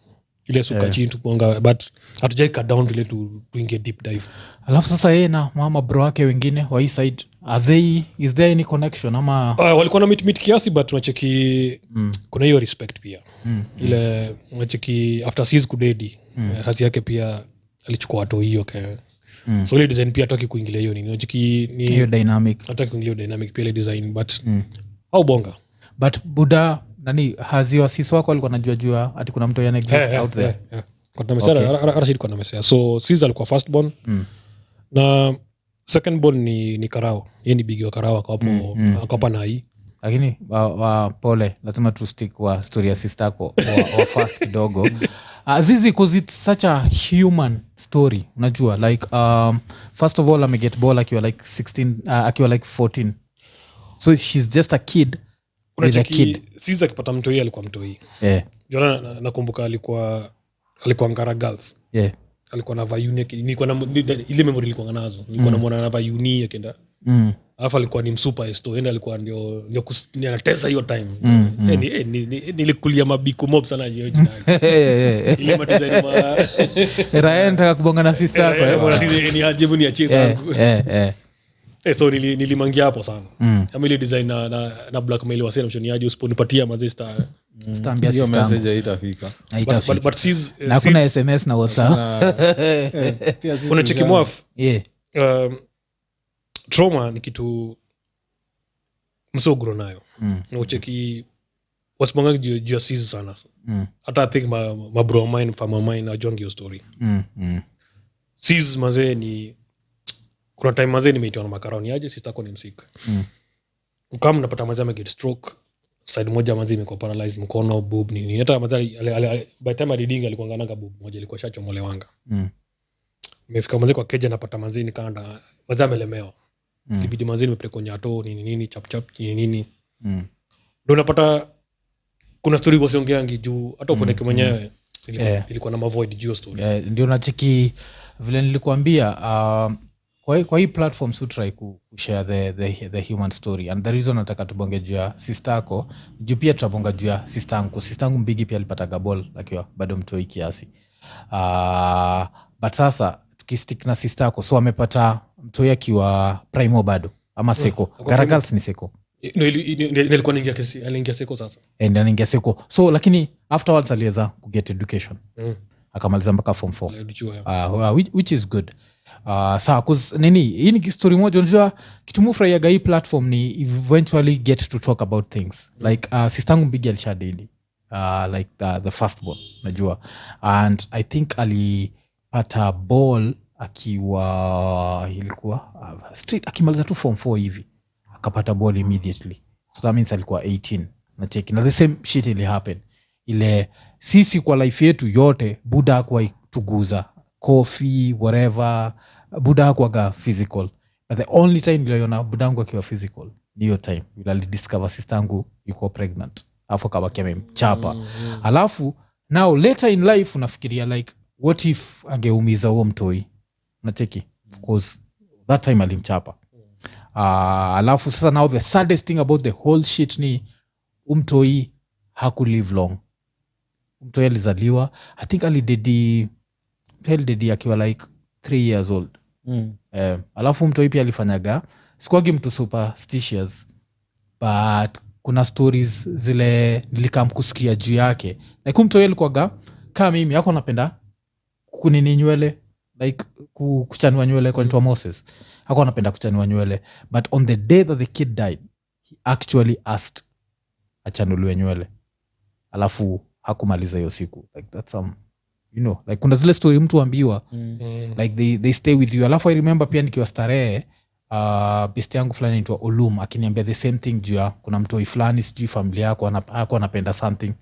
Speaker 3: ile suka
Speaker 1: Yeah.
Speaker 3: chini tukuanga but hatujai cut down vile tu, tuingie deep dive
Speaker 1: alafu sasa yeye na mama bro wake wengine wa hii side are they is there any connection ama
Speaker 3: uh, walikuwa na mitmit kiasi but unacheki
Speaker 1: mm,
Speaker 3: kuna hiyo respect pia
Speaker 1: mm,
Speaker 3: ile unacheki after sis kudedi
Speaker 1: Mm.
Speaker 3: mm. hasi yake pia alichukua wato hiyo okay.
Speaker 1: mm.
Speaker 3: so ile design pia hataki kuingilia hiyo nini unacheki
Speaker 1: hiyo
Speaker 3: ni
Speaker 1: dynamic
Speaker 3: hataki kuingilia hiyo dynamic pia ile design but
Speaker 1: mm.
Speaker 3: au bonga
Speaker 1: but buda nani haziwasisi wako alikuwa najua jua ati kuna mtu yana exist
Speaker 3: Eh, eh,
Speaker 1: out there
Speaker 3: eh, eh. Kwa tunamesea,
Speaker 1: Okay.
Speaker 3: Ra- Ra- Ra- Rashid kwa tunamesea. so sis alikuwa first born
Speaker 1: Mm.
Speaker 3: na second born ni, ni karao ye ni bigi wa karao akawapo
Speaker 1: Mm, mm.
Speaker 3: akawapa nai
Speaker 1: lakini wa, wa, pole lazima tu stick kwa story ya sister yako wa, wa fast kidogo uh, zizi cause it's such a human story unajua like um, first of all ameget ball akiwa like 16 uh, akiwa like 14 so she's just a kid with a
Speaker 3: unacheki
Speaker 1: kid Eh,
Speaker 3: sis akipata mtoi alikuwa mtoi
Speaker 1: yeah,
Speaker 3: jona na- nakumbuka alikuwa alikuwa ngara girls
Speaker 1: yeah.
Speaker 3: alikuwa na vayuni aki- nilikuwa na ni- ni- ile memory nilikuwa nazo nilikuwa
Speaker 1: Mm.
Speaker 3: namwona na vayuni akienda
Speaker 1: Mm,
Speaker 3: alafu alikuwa ni msupesto ende alikuwa ndio ndio kus- ni anatesa hiyo time
Speaker 1: Mm, mm.
Speaker 3: Eh, ni- eh, ni- ni- nilikulia mabiku mob sana hiyo jina yake. ile madesign ma
Speaker 1: raya nataka kubonga na sister yako
Speaker 3: Eh, bwana,
Speaker 1: eh,
Speaker 3: si- ni ajibu ni achie
Speaker 1: eh,
Speaker 3: zangu
Speaker 1: eh, eh.
Speaker 3: Eh, so nili- nilimangia hapo sana
Speaker 1: Mm.
Speaker 3: ama ile design na, na, na blackmail wasee namshoniaje usiponipatia mazista
Speaker 1: Sitaambia
Speaker 2: Mm. hiyo
Speaker 1: sister yangu.
Speaker 2: message haitafika
Speaker 1: Haitafika. na
Speaker 3: kuna
Speaker 1: hakuna sms na whatsapp
Speaker 2: Eh,
Speaker 3: unacheki mwaf
Speaker 1: yeah.
Speaker 3: um, trauma ni kitu msogro nayo
Speaker 1: mm,
Speaker 3: Na ucheki wasimanga juu juu ya sisi sana
Speaker 1: mm,
Speaker 3: hata i think ma, ma bro of mine fama mine ajuangi hiyo story
Speaker 1: mm, mm,
Speaker 3: sis mazee ni kuna time mazee nimeitiwa na makarao ni aje sitako ni msika
Speaker 1: mm,
Speaker 3: kama napata mazee ameget stroke side moja mazee imekuwa paralyzed mkono boob ni nini hata mazee ali- ali- ali- by time adidinga alikuwa ngananga boob moja ilikuwa shachomolewanga
Speaker 1: mm,
Speaker 3: nimefika mazee kwa keja napata mazee nikaanda mazee amelemewa
Speaker 1: mm,
Speaker 3: ibidi mazee nimepelekwa nyato nini nini chapchap nini nini
Speaker 1: mm.
Speaker 3: ndo unapata kuna stori wasiongeangi juu hata uponeke mwenyewe ilikuwa,
Speaker 1: Yeah.
Speaker 3: ilikuwa na mavoid juu ya story
Speaker 1: Eh, ndio nacheki vile nilikuambia um, kwa, hii- kwa hii platform sutrai ku- kushare the, the, the human story and the reason nataka tubonge juu ya sister yako juu pia tutabonga juu ya sister yangu sister yangu mbigi pia alipataga ball akiwa bado mtoi kiasi uh, but sasa tukistick na sister yako so amepata mtoi akiwa primo bado ama seko
Speaker 3: Ako
Speaker 1: garagals ni seko
Speaker 3: Ndo ili- ili- ili- ilikuwa naingia kesi- aliingia seko sasa
Speaker 1: and anaingia seko so lakini afterwards aliweza kuget education
Speaker 3: Mm.
Speaker 1: akamaliza mpaka form four
Speaker 3: Alijuwa ya-
Speaker 1: uh, uh, which, which is good uh, saa 'cause nini hii ni story moja unajua kitumufurahiaga hii platform ni eventually get to talk about things like uh, sistangu mbigi alishadedi uh, like the, the first ball najua and i think alipata ball akiwa ilikuwa uh, street akimaliza tu form 4 hivi akapata ball immediately so that means alikuwa 18 nacheki na the same shit ili happen ile sisi kwa life yetu yote buda akuwaituguza kofi whatever buda akuaga physical but the only time niliona budangu akiwa physical ni hiyo time vile alidiscover sistangu yuko pregnant alafu akabaki amemchapa
Speaker 3: Mm, mm.
Speaker 1: alafu now later in life unafikiria like what if angeumiza huo mtoi nacheki Of course that time alimchapa uh, alafu sasa now the saddest thing about the whole shit ni umtoi hakulive long umtoi alizaliwa i think alidedi
Speaker 2: Mm,
Speaker 1: mtoi alidedi akiwa like three years old eh, alafu mtoi pia alifanyaga sikuagi mtu superstitious but kuna stories zile nilikam kusikia juu yake like umtoi alikuwaga kaa mimi ako napenda kunini nywele like ku- kuchanua nywele kwanitwa moses ako anapenda kuchanua nywele but on the day that the kid died he actually asked achanuliwe nywele alafu hakumaliza hiyo siku like that's some you know like kuna zile story mtu ambiwa
Speaker 2: mm.
Speaker 3: hmm.
Speaker 1: like they, they stay with you alafu i remember pia nikiwa starehe uh, best yangu fulani naitwa olum akiniambia the same thing juu ya kuna mtoi fulani sijui familia yako anap- ako anapenda something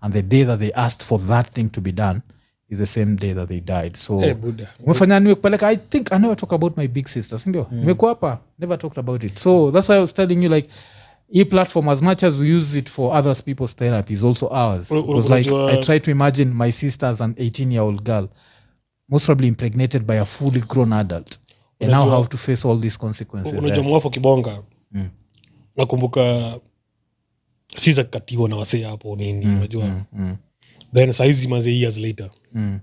Speaker 1: and the day that they asked for that thing to be done is the same day that they died so
Speaker 3: Eh, buda.
Speaker 1: umefanya nini kupeleka i think i never talk about my big sister sindio
Speaker 3: Hmm.
Speaker 2: Mm.
Speaker 1: nimekuwa hapa never talked about it so that's why i was telling you like hii platform as much as we use it for others people's therapy is also ours
Speaker 3: Una-
Speaker 1: because
Speaker 3: una-
Speaker 1: like
Speaker 3: unajua-
Speaker 1: i try to imagine my sister as an 18 year old girl most probably impregnated by a fully grown adult and now
Speaker 3: Unajua-
Speaker 1: how to face all these consequences
Speaker 3: unajua
Speaker 1: eh.
Speaker 3: mwafu kibonga
Speaker 1: Mm.
Speaker 3: nakumbuka siza katiwa na wasee hapo nini
Speaker 1: Mm,
Speaker 3: unajua
Speaker 1: mm, mm,
Speaker 3: then saizi maze years later
Speaker 1: mm.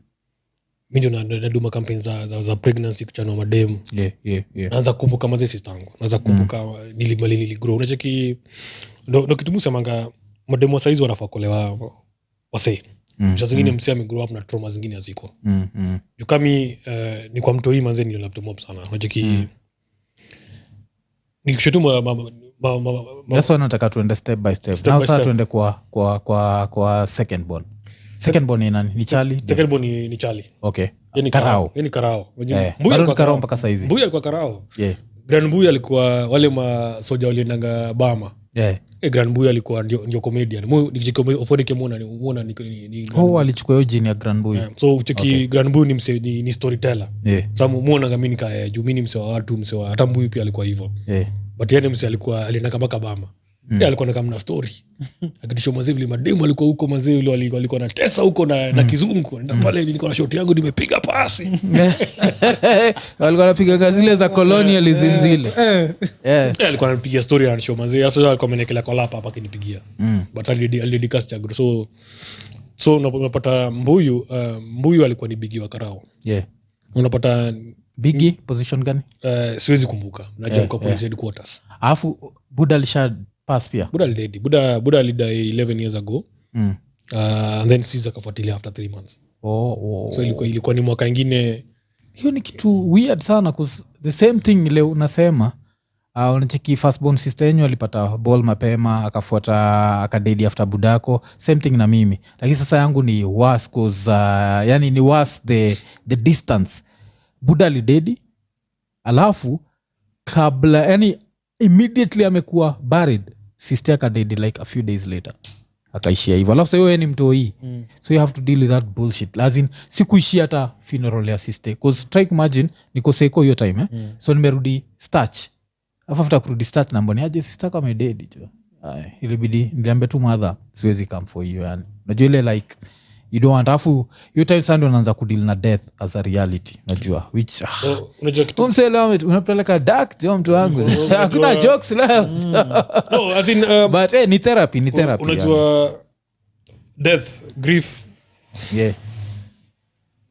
Speaker 3: mi ndio na- na- naduma kampeni za, za, za pregnancy kuchanua mademu
Speaker 1: Yeah, yeah, yeah.
Speaker 3: naanza kumbuka maze sistangu naanza kumbuka mm. nilimali niligro unacheki ndo, ndo kitu musemanga mademu wa saizi wanafaa kulewa wasee
Speaker 1: Mm,
Speaker 3: sha zingine
Speaker 1: mm,
Speaker 3: msee amegrow up na trauma zingine haziko
Speaker 1: mm, mm,
Speaker 3: jukami uh, ni kwa mtu hii manze ndio laptop mob sana unacheki
Speaker 1: Mm.
Speaker 3: mm. nikishutu ma, ma, ma, ma, ma, ma,
Speaker 1: That's why nataka tuende step by step,
Speaker 3: Step
Speaker 1: now
Speaker 3: by
Speaker 1: sasa
Speaker 3: step.
Speaker 1: tuende kwa kwa kwa kwa second born second born ni nani ni chali
Speaker 3: second born ni, Yaani ni chali
Speaker 1: okay
Speaker 3: yani
Speaker 1: karao
Speaker 3: yani karao Unajua,
Speaker 1: Eh,
Speaker 3: Mbuya
Speaker 1: bado ni
Speaker 3: alikuwa
Speaker 1: karao
Speaker 3: karao.
Speaker 1: mpaka saizi
Speaker 3: Mbuya alikuwa karao
Speaker 1: yeah.
Speaker 3: grand mbuya alikuwa wale masoja waliendanga bama
Speaker 1: yeah.
Speaker 3: Eh, grand mbuya alikuwa ndio ndio comedian Mu- nikijiko- ofori kemwona ni- mwona ni- ni- ni-
Speaker 1: oh, walichukua hiyo jini ya grand boy
Speaker 3: Eh, so ucheki
Speaker 1: Okay.
Speaker 3: grand mbuya ni, mse, ni, ni storyteller
Speaker 1: yeah.
Speaker 3: samu mwonanga mi nikaya juu mi ni mse wa watu mse wa hata mbuyu pia alikuwa hivyo
Speaker 1: yeah.
Speaker 3: but yani mse alikuwa alienda kama kabama
Speaker 1: Mm.
Speaker 3: mm. alikuwa nakamna story akitisha mazee vile mademu alikuwa huko mazee vile wali- walikuwa na tesa huko na,
Speaker 1: Mm.
Speaker 3: na kizungu na pale niko na shoti yangu nimepiga pasi
Speaker 1: walikuwa wanapigaga zile za colonialism zile
Speaker 2: Eh,
Speaker 1: yeah.
Speaker 3: Eh, alikuwa anapigia story anasho mazee hata sasa alikuwa amenekelea kwa lap hapa akinipigia
Speaker 1: mm.
Speaker 3: but alidi- alidicast ya group. so so unap- unapata mbuyu uh, mbuyu alikuwa ni bigi wa karao
Speaker 1: yeah.
Speaker 3: unapata
Speaker 1: bigi position gani
Speaker 3: uh, siwezi kumbuka najua
Speaker 1: Eh,
Speaker 3: alikuwa police headquarters
Speaker 1: alafu buda alisha pass pia
Speaker 3: buda alidedi buda buda alidai 11 years ago
Speaker 1: mm.
Speaker 3: uh, and then sis akafuatilia after three months
Speaker 1: oh, oh.
Speaker 3: so ilikuwa, ilikuwa ni mwaka ingine
Speaker 1: hiyo ni kitu weird sana 'cause the same thing ile unasema uh, unacheki firstborn sister yenyu alipata ball mapema akafuata akadedi after budako same thing na mimi lakini sasa yangu ni worse 'cause, uh, yani ni worse the, the distance buda alidedi alafu kabla yani immediately amekuwa buried sister akadedi like a few days later akaishia hivyo alafu sahiyo ni mtoii
Speaker 2: mm.
Speaker 1: so you have to deal with that bullshit lazin sikuishi hata funeral ya sister cause try imagine niko Seiko hiyo time eh?
Speaker 2: Mm.
Speaker 1: so nimerudi starch afu after kurudi starch namboni aje sister kama dead jo Aya, ilibidi niliambia tu mother siwezi come for you yani unajua ile like you don't want afu hiyo time sasa ndio naanza kudeal na death as a reality najua which ah.
Speaker 3: so unajua kitu
Speaker 1: Huyu msee leo ame- unapeleka dark jo mtu wangu
Speaker 3: Mm,
Speaker 1: hakuna
Speaker 3: unajua-
Speaker 1: jokes leo
Speaker 3: no, as in, um,
Speaker 1: but eh, ni therapy ni therapy
Speaker 3: unajua death grief
Speaker 1: yani. yeah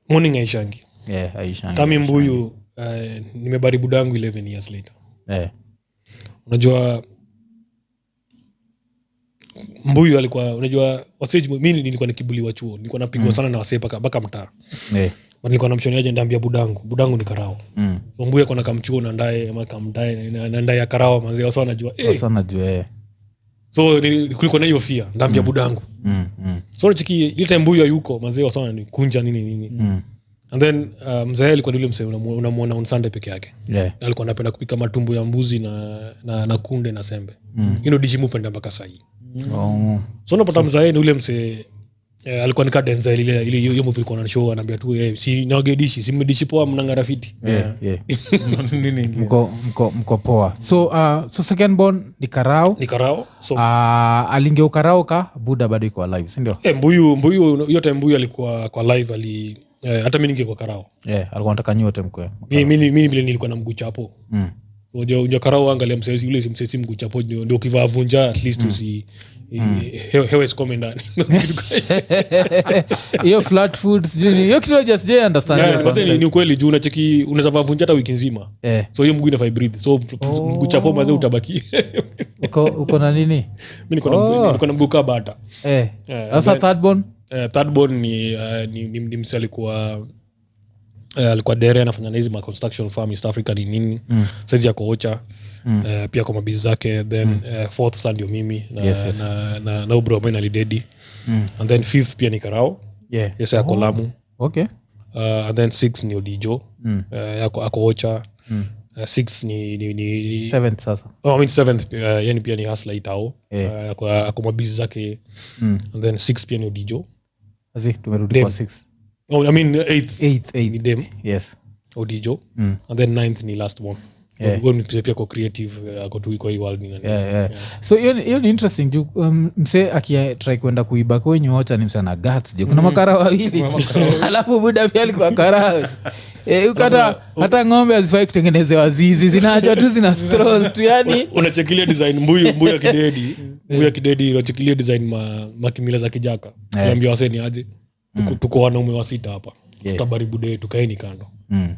Speaker 3: morning aishangi
Speaker 1: yeah aisha
Speaker 3: kami mbuyu uh, nimebari budangu 11 years later
Speaker 1: yeah
Speaker 3: unajua mbuyu alikuwa unajua wasee jimu- mi nilikuwa nikibuliwa chuo nilikuwa
Speaker 1: Mm.
Speaker 3: napigwa sana na wasee paka- mpaka mtaa
Speaker 1: yeah
Speaker 3: But nilikuwa namshoniaje ndaambia budangu budangu ni karao
Speaker 1: mm.
Speaker 3: so mbuyu alikuwa nakamchuo nandae ama kamdae na- na ndae ya karao manzee wasa wanajua eh.
Speaker 1: Sasa najua, eh.
Speaker 3: so ni- kulikuwa na hiyo fia ndaambia budangu
Speaker 1: Mm, mm,
Speaker 3: so nachiki ile time mbuyu hayuko manzee wasa wananikunja nini nini
Speaker 1: mm.
Speaker 3: and then uh, mzee alikuwa ni yule mzee unamu- unamwona on sunday peke yake
Speaker 1: Yeah.
Speaker 3: alikuwa anapenda kupika matumbo ya mbuzi na, na, na kunde na sembe
Speaker 1: Mm.
Speaker 3: hilo dishi mupenda mpaka sahii
Speaker 1: Oh.
Speaker 3: so unapata mzae ni ule msee eh, alikuwa ni kadenza ile ile hiyo movie ilikuwa na show anaambia tu eh, si nage dishi si mmedishi poa mnanga rafiti
Speaker 1: Yeah, yeah.
Speaker 2: Eh, Nini ingine?
Speaker 1: Mko- mko- mko poa so uh, so second born ni karao
Speaker 3: ni karao so
Speaker 1: uh, alingeuka rao ka buda bado iko alive sindio
Speaker 3: eh, mbuyu mbuyu yote mbuyu alikuwa kwa live ali eh, hata mi ningekuwa karao
Speaker 1: yeah, alikuwa nataka nyote mkwe Mm.
Speaker 3: mi mi- mi vile nilikuwa na mguu chapo Unajua- unajua karau angalia msesi ule msesi mkuchapo ndio ndio ukivaa vunja at
Speaker 1: Hmm.
Speaker 3: least usi i- he- hewa isikome ndani Kitu kama-
Speaker 1: hiyo flat food sijui ni- hiyo kitu just jay understand
Speaker 3: Yeah,
Speaker 1: hiyo
Speaker 3: Yaani, but then ni-
Speaker 1: concept.
Speaker 3: ni ukweli juu unacheki unaweza vaa vunja hata wiki nzima
Speaker 1: Eh,
Speaker 3: so hiyo mguu inafaa breathe so
Speaker 1: Oh.
Speaker 3: mkuchapo maze utabaki
Speaker 1: uko uko na nini
Speaker 3: mi niko na mguu-
Speaker 1: Oh.
Speaker 3: niko na mguu kaa bata
Speaker 1: Eh,
Speaker 3: Eh,
Speaker 1: sasa
Speaker 3: then-
Speaker 1: third born
Speaker 3: Eh, third born ni, uh, ni, ni, ni msi alikuwa eh, alikuwa dere anafanya na hizi ma construction farm east africa ni nini
Speaker 1: Mm.
Speaker 3: saizi yako ocha
Speaker 1: Mm.
Speaker 3: eh, pia kwa mabizi zake then eh, fourth sa ndio mimi na,
Speaker 1: Yes, yes.
Speaker 3: na, na, na ubro ambaye nalidedi
Speaker 1: Mm.
Speaker 3: and then fifth pia ni karao
Speaker 1: Yeah.
Speaker 3: yes yako
Speaker 1: Oh,
Speaker 3: lamu
Speaker 1: okay
Speaker 3: uh, and then six ni odijo
Speaker 1: Mm,
Speaker 3: uh, yako, ako ocha
Speaker 1: mm.
Speaker 3: uh, six ni, ni, ni
Speaker 1: Seventh sasa
Speaker 3: oh, I mean seventh uh, yani pia ni hasla itao
Speaker 1: Eh.
Speaker 3: uh, ako, ako mabizi zake
Speaker 1: Mm.
Speaker 3: and then six pia ni odijo
Speaker 1: Asi, tumerudi
Speaker 3: Dem.
Speaker 1: kwa six
Speaker 3: oh, i mean eighth
Speaker 1: eighth
Speaker 3: ni
Speaker 1: eighth
Speaker 3: dem
Speaker 1: yes
Speaker 3: odijo
Speaker 1: Mm.
Speaker 3: and then ninth ni last one
Speaker 1: Yeah.
Speaker 3: Huyo ni mtu pia kwa creative eh, ako tu iko hii world ni nani.
Speaker 1: Yeah, yeah.
Speaker 3: Yeah.
Speaker 1: so hiyo ni- hiyo ni interesting juu um, msee akitrai kwenda kuiba kwenyeocha ni msana gats juu Mm. kuna makara wawili tu. alafu buda pia alikuwa karao Eh, huku hata hata ng'ombe azifai kutengenezewa zizi zinaachwa tu zina stroll tu yani
Speaker 3: unachekilia design mbuyu mbuyu ya kidedi mbuyu ya kidedi unachekilia design ma, makimila za kijaka tunaambia waseni aje tuko, tuko wanaume wa sita hapa
Speaker 1: Mm. Yeah.
Speaker 3: tutabaribu dee tukaeni kando
Speaker 1: mm.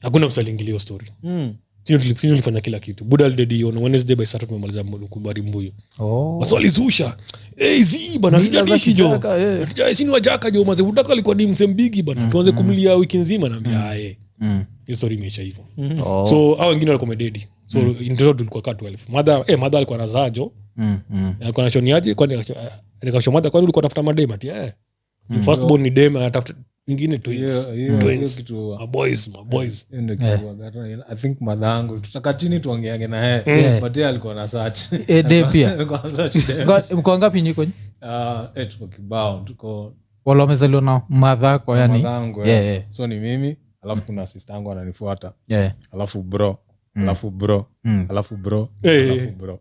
Speaker 3: hakuna msalingilio story
Speaker 2: Mm.
Speaker 3: Sisi tuli- sisi tulifanya kila kitu buda alidedi on wednesday by saturday tumemaliza mbu- kubari mbuyu
Speaker 1: oh.
Speaker 3: wasi walizusha hey, zii bana
Speaker 1: Mila za
Speaker 3: hatujadishi jo
Speaker 1: kijaka, eh.
Speaker 3: sini wajaka jo maze udaka alikuwa ni mse mbigi bana tuanze kumlia wiki nzima naambia aye
Speaker 1: Mm.
Speaker 3: hiyo story imeisha hivyo
Speaker 1: Oh.
Speaker 2: mm.
Speaker 1: Hmm.
Speaker 3: so au wengine walikuwa mededi so in total tulikuwa ka 12 madha eh, madha alikuwa nazajo
Speaker 1: Mm, mm.
Speaker 3: alikuwa nashoniaje kwani eh, nikasho madha kwani ulikuwa tafuta madem ati eh
Speaker 1: Hmm.
Speaker 3: mm. first born ni dem anatafuta ingine twins
Speaker 2: Hiyo- hiyo- hiyo
Speaker 3: twins Oh.
Speaker 2: kitu huwa-
Speaker 3: my boys my boys
Speaker 2: hiyo ndio
Speaker 1: Yeah.
Speaker 2: kitu huwaga. Hata I think madhangu tutaka chini tuongeange na yeye
Speaker 1: Yeah.
Speaker 2: but yeye alikuwa na search
Speaker 1: Eh, de pia.
Speaker 2: Alikuwa na search de.
Speaker 1: Mko- mko ngapi nyi kwenye
Speaker 2: Ah, eh, tuko kibao tuko
Speaker 1: wala wamezaliwa na madhako yani
Speaker 2: madhangu eh.
Speaker 1: Yeah, yeah.
Speaker 2: so ni mimi alafu kuna sista yangu ananifuata
Speaker 1: yeah.
Speaker 2: alafu bro alafu bro
Speaker 1: mm.
Speaker 2: alafu bro
Speaker 3: Eh.
Speaker 2: alafu bro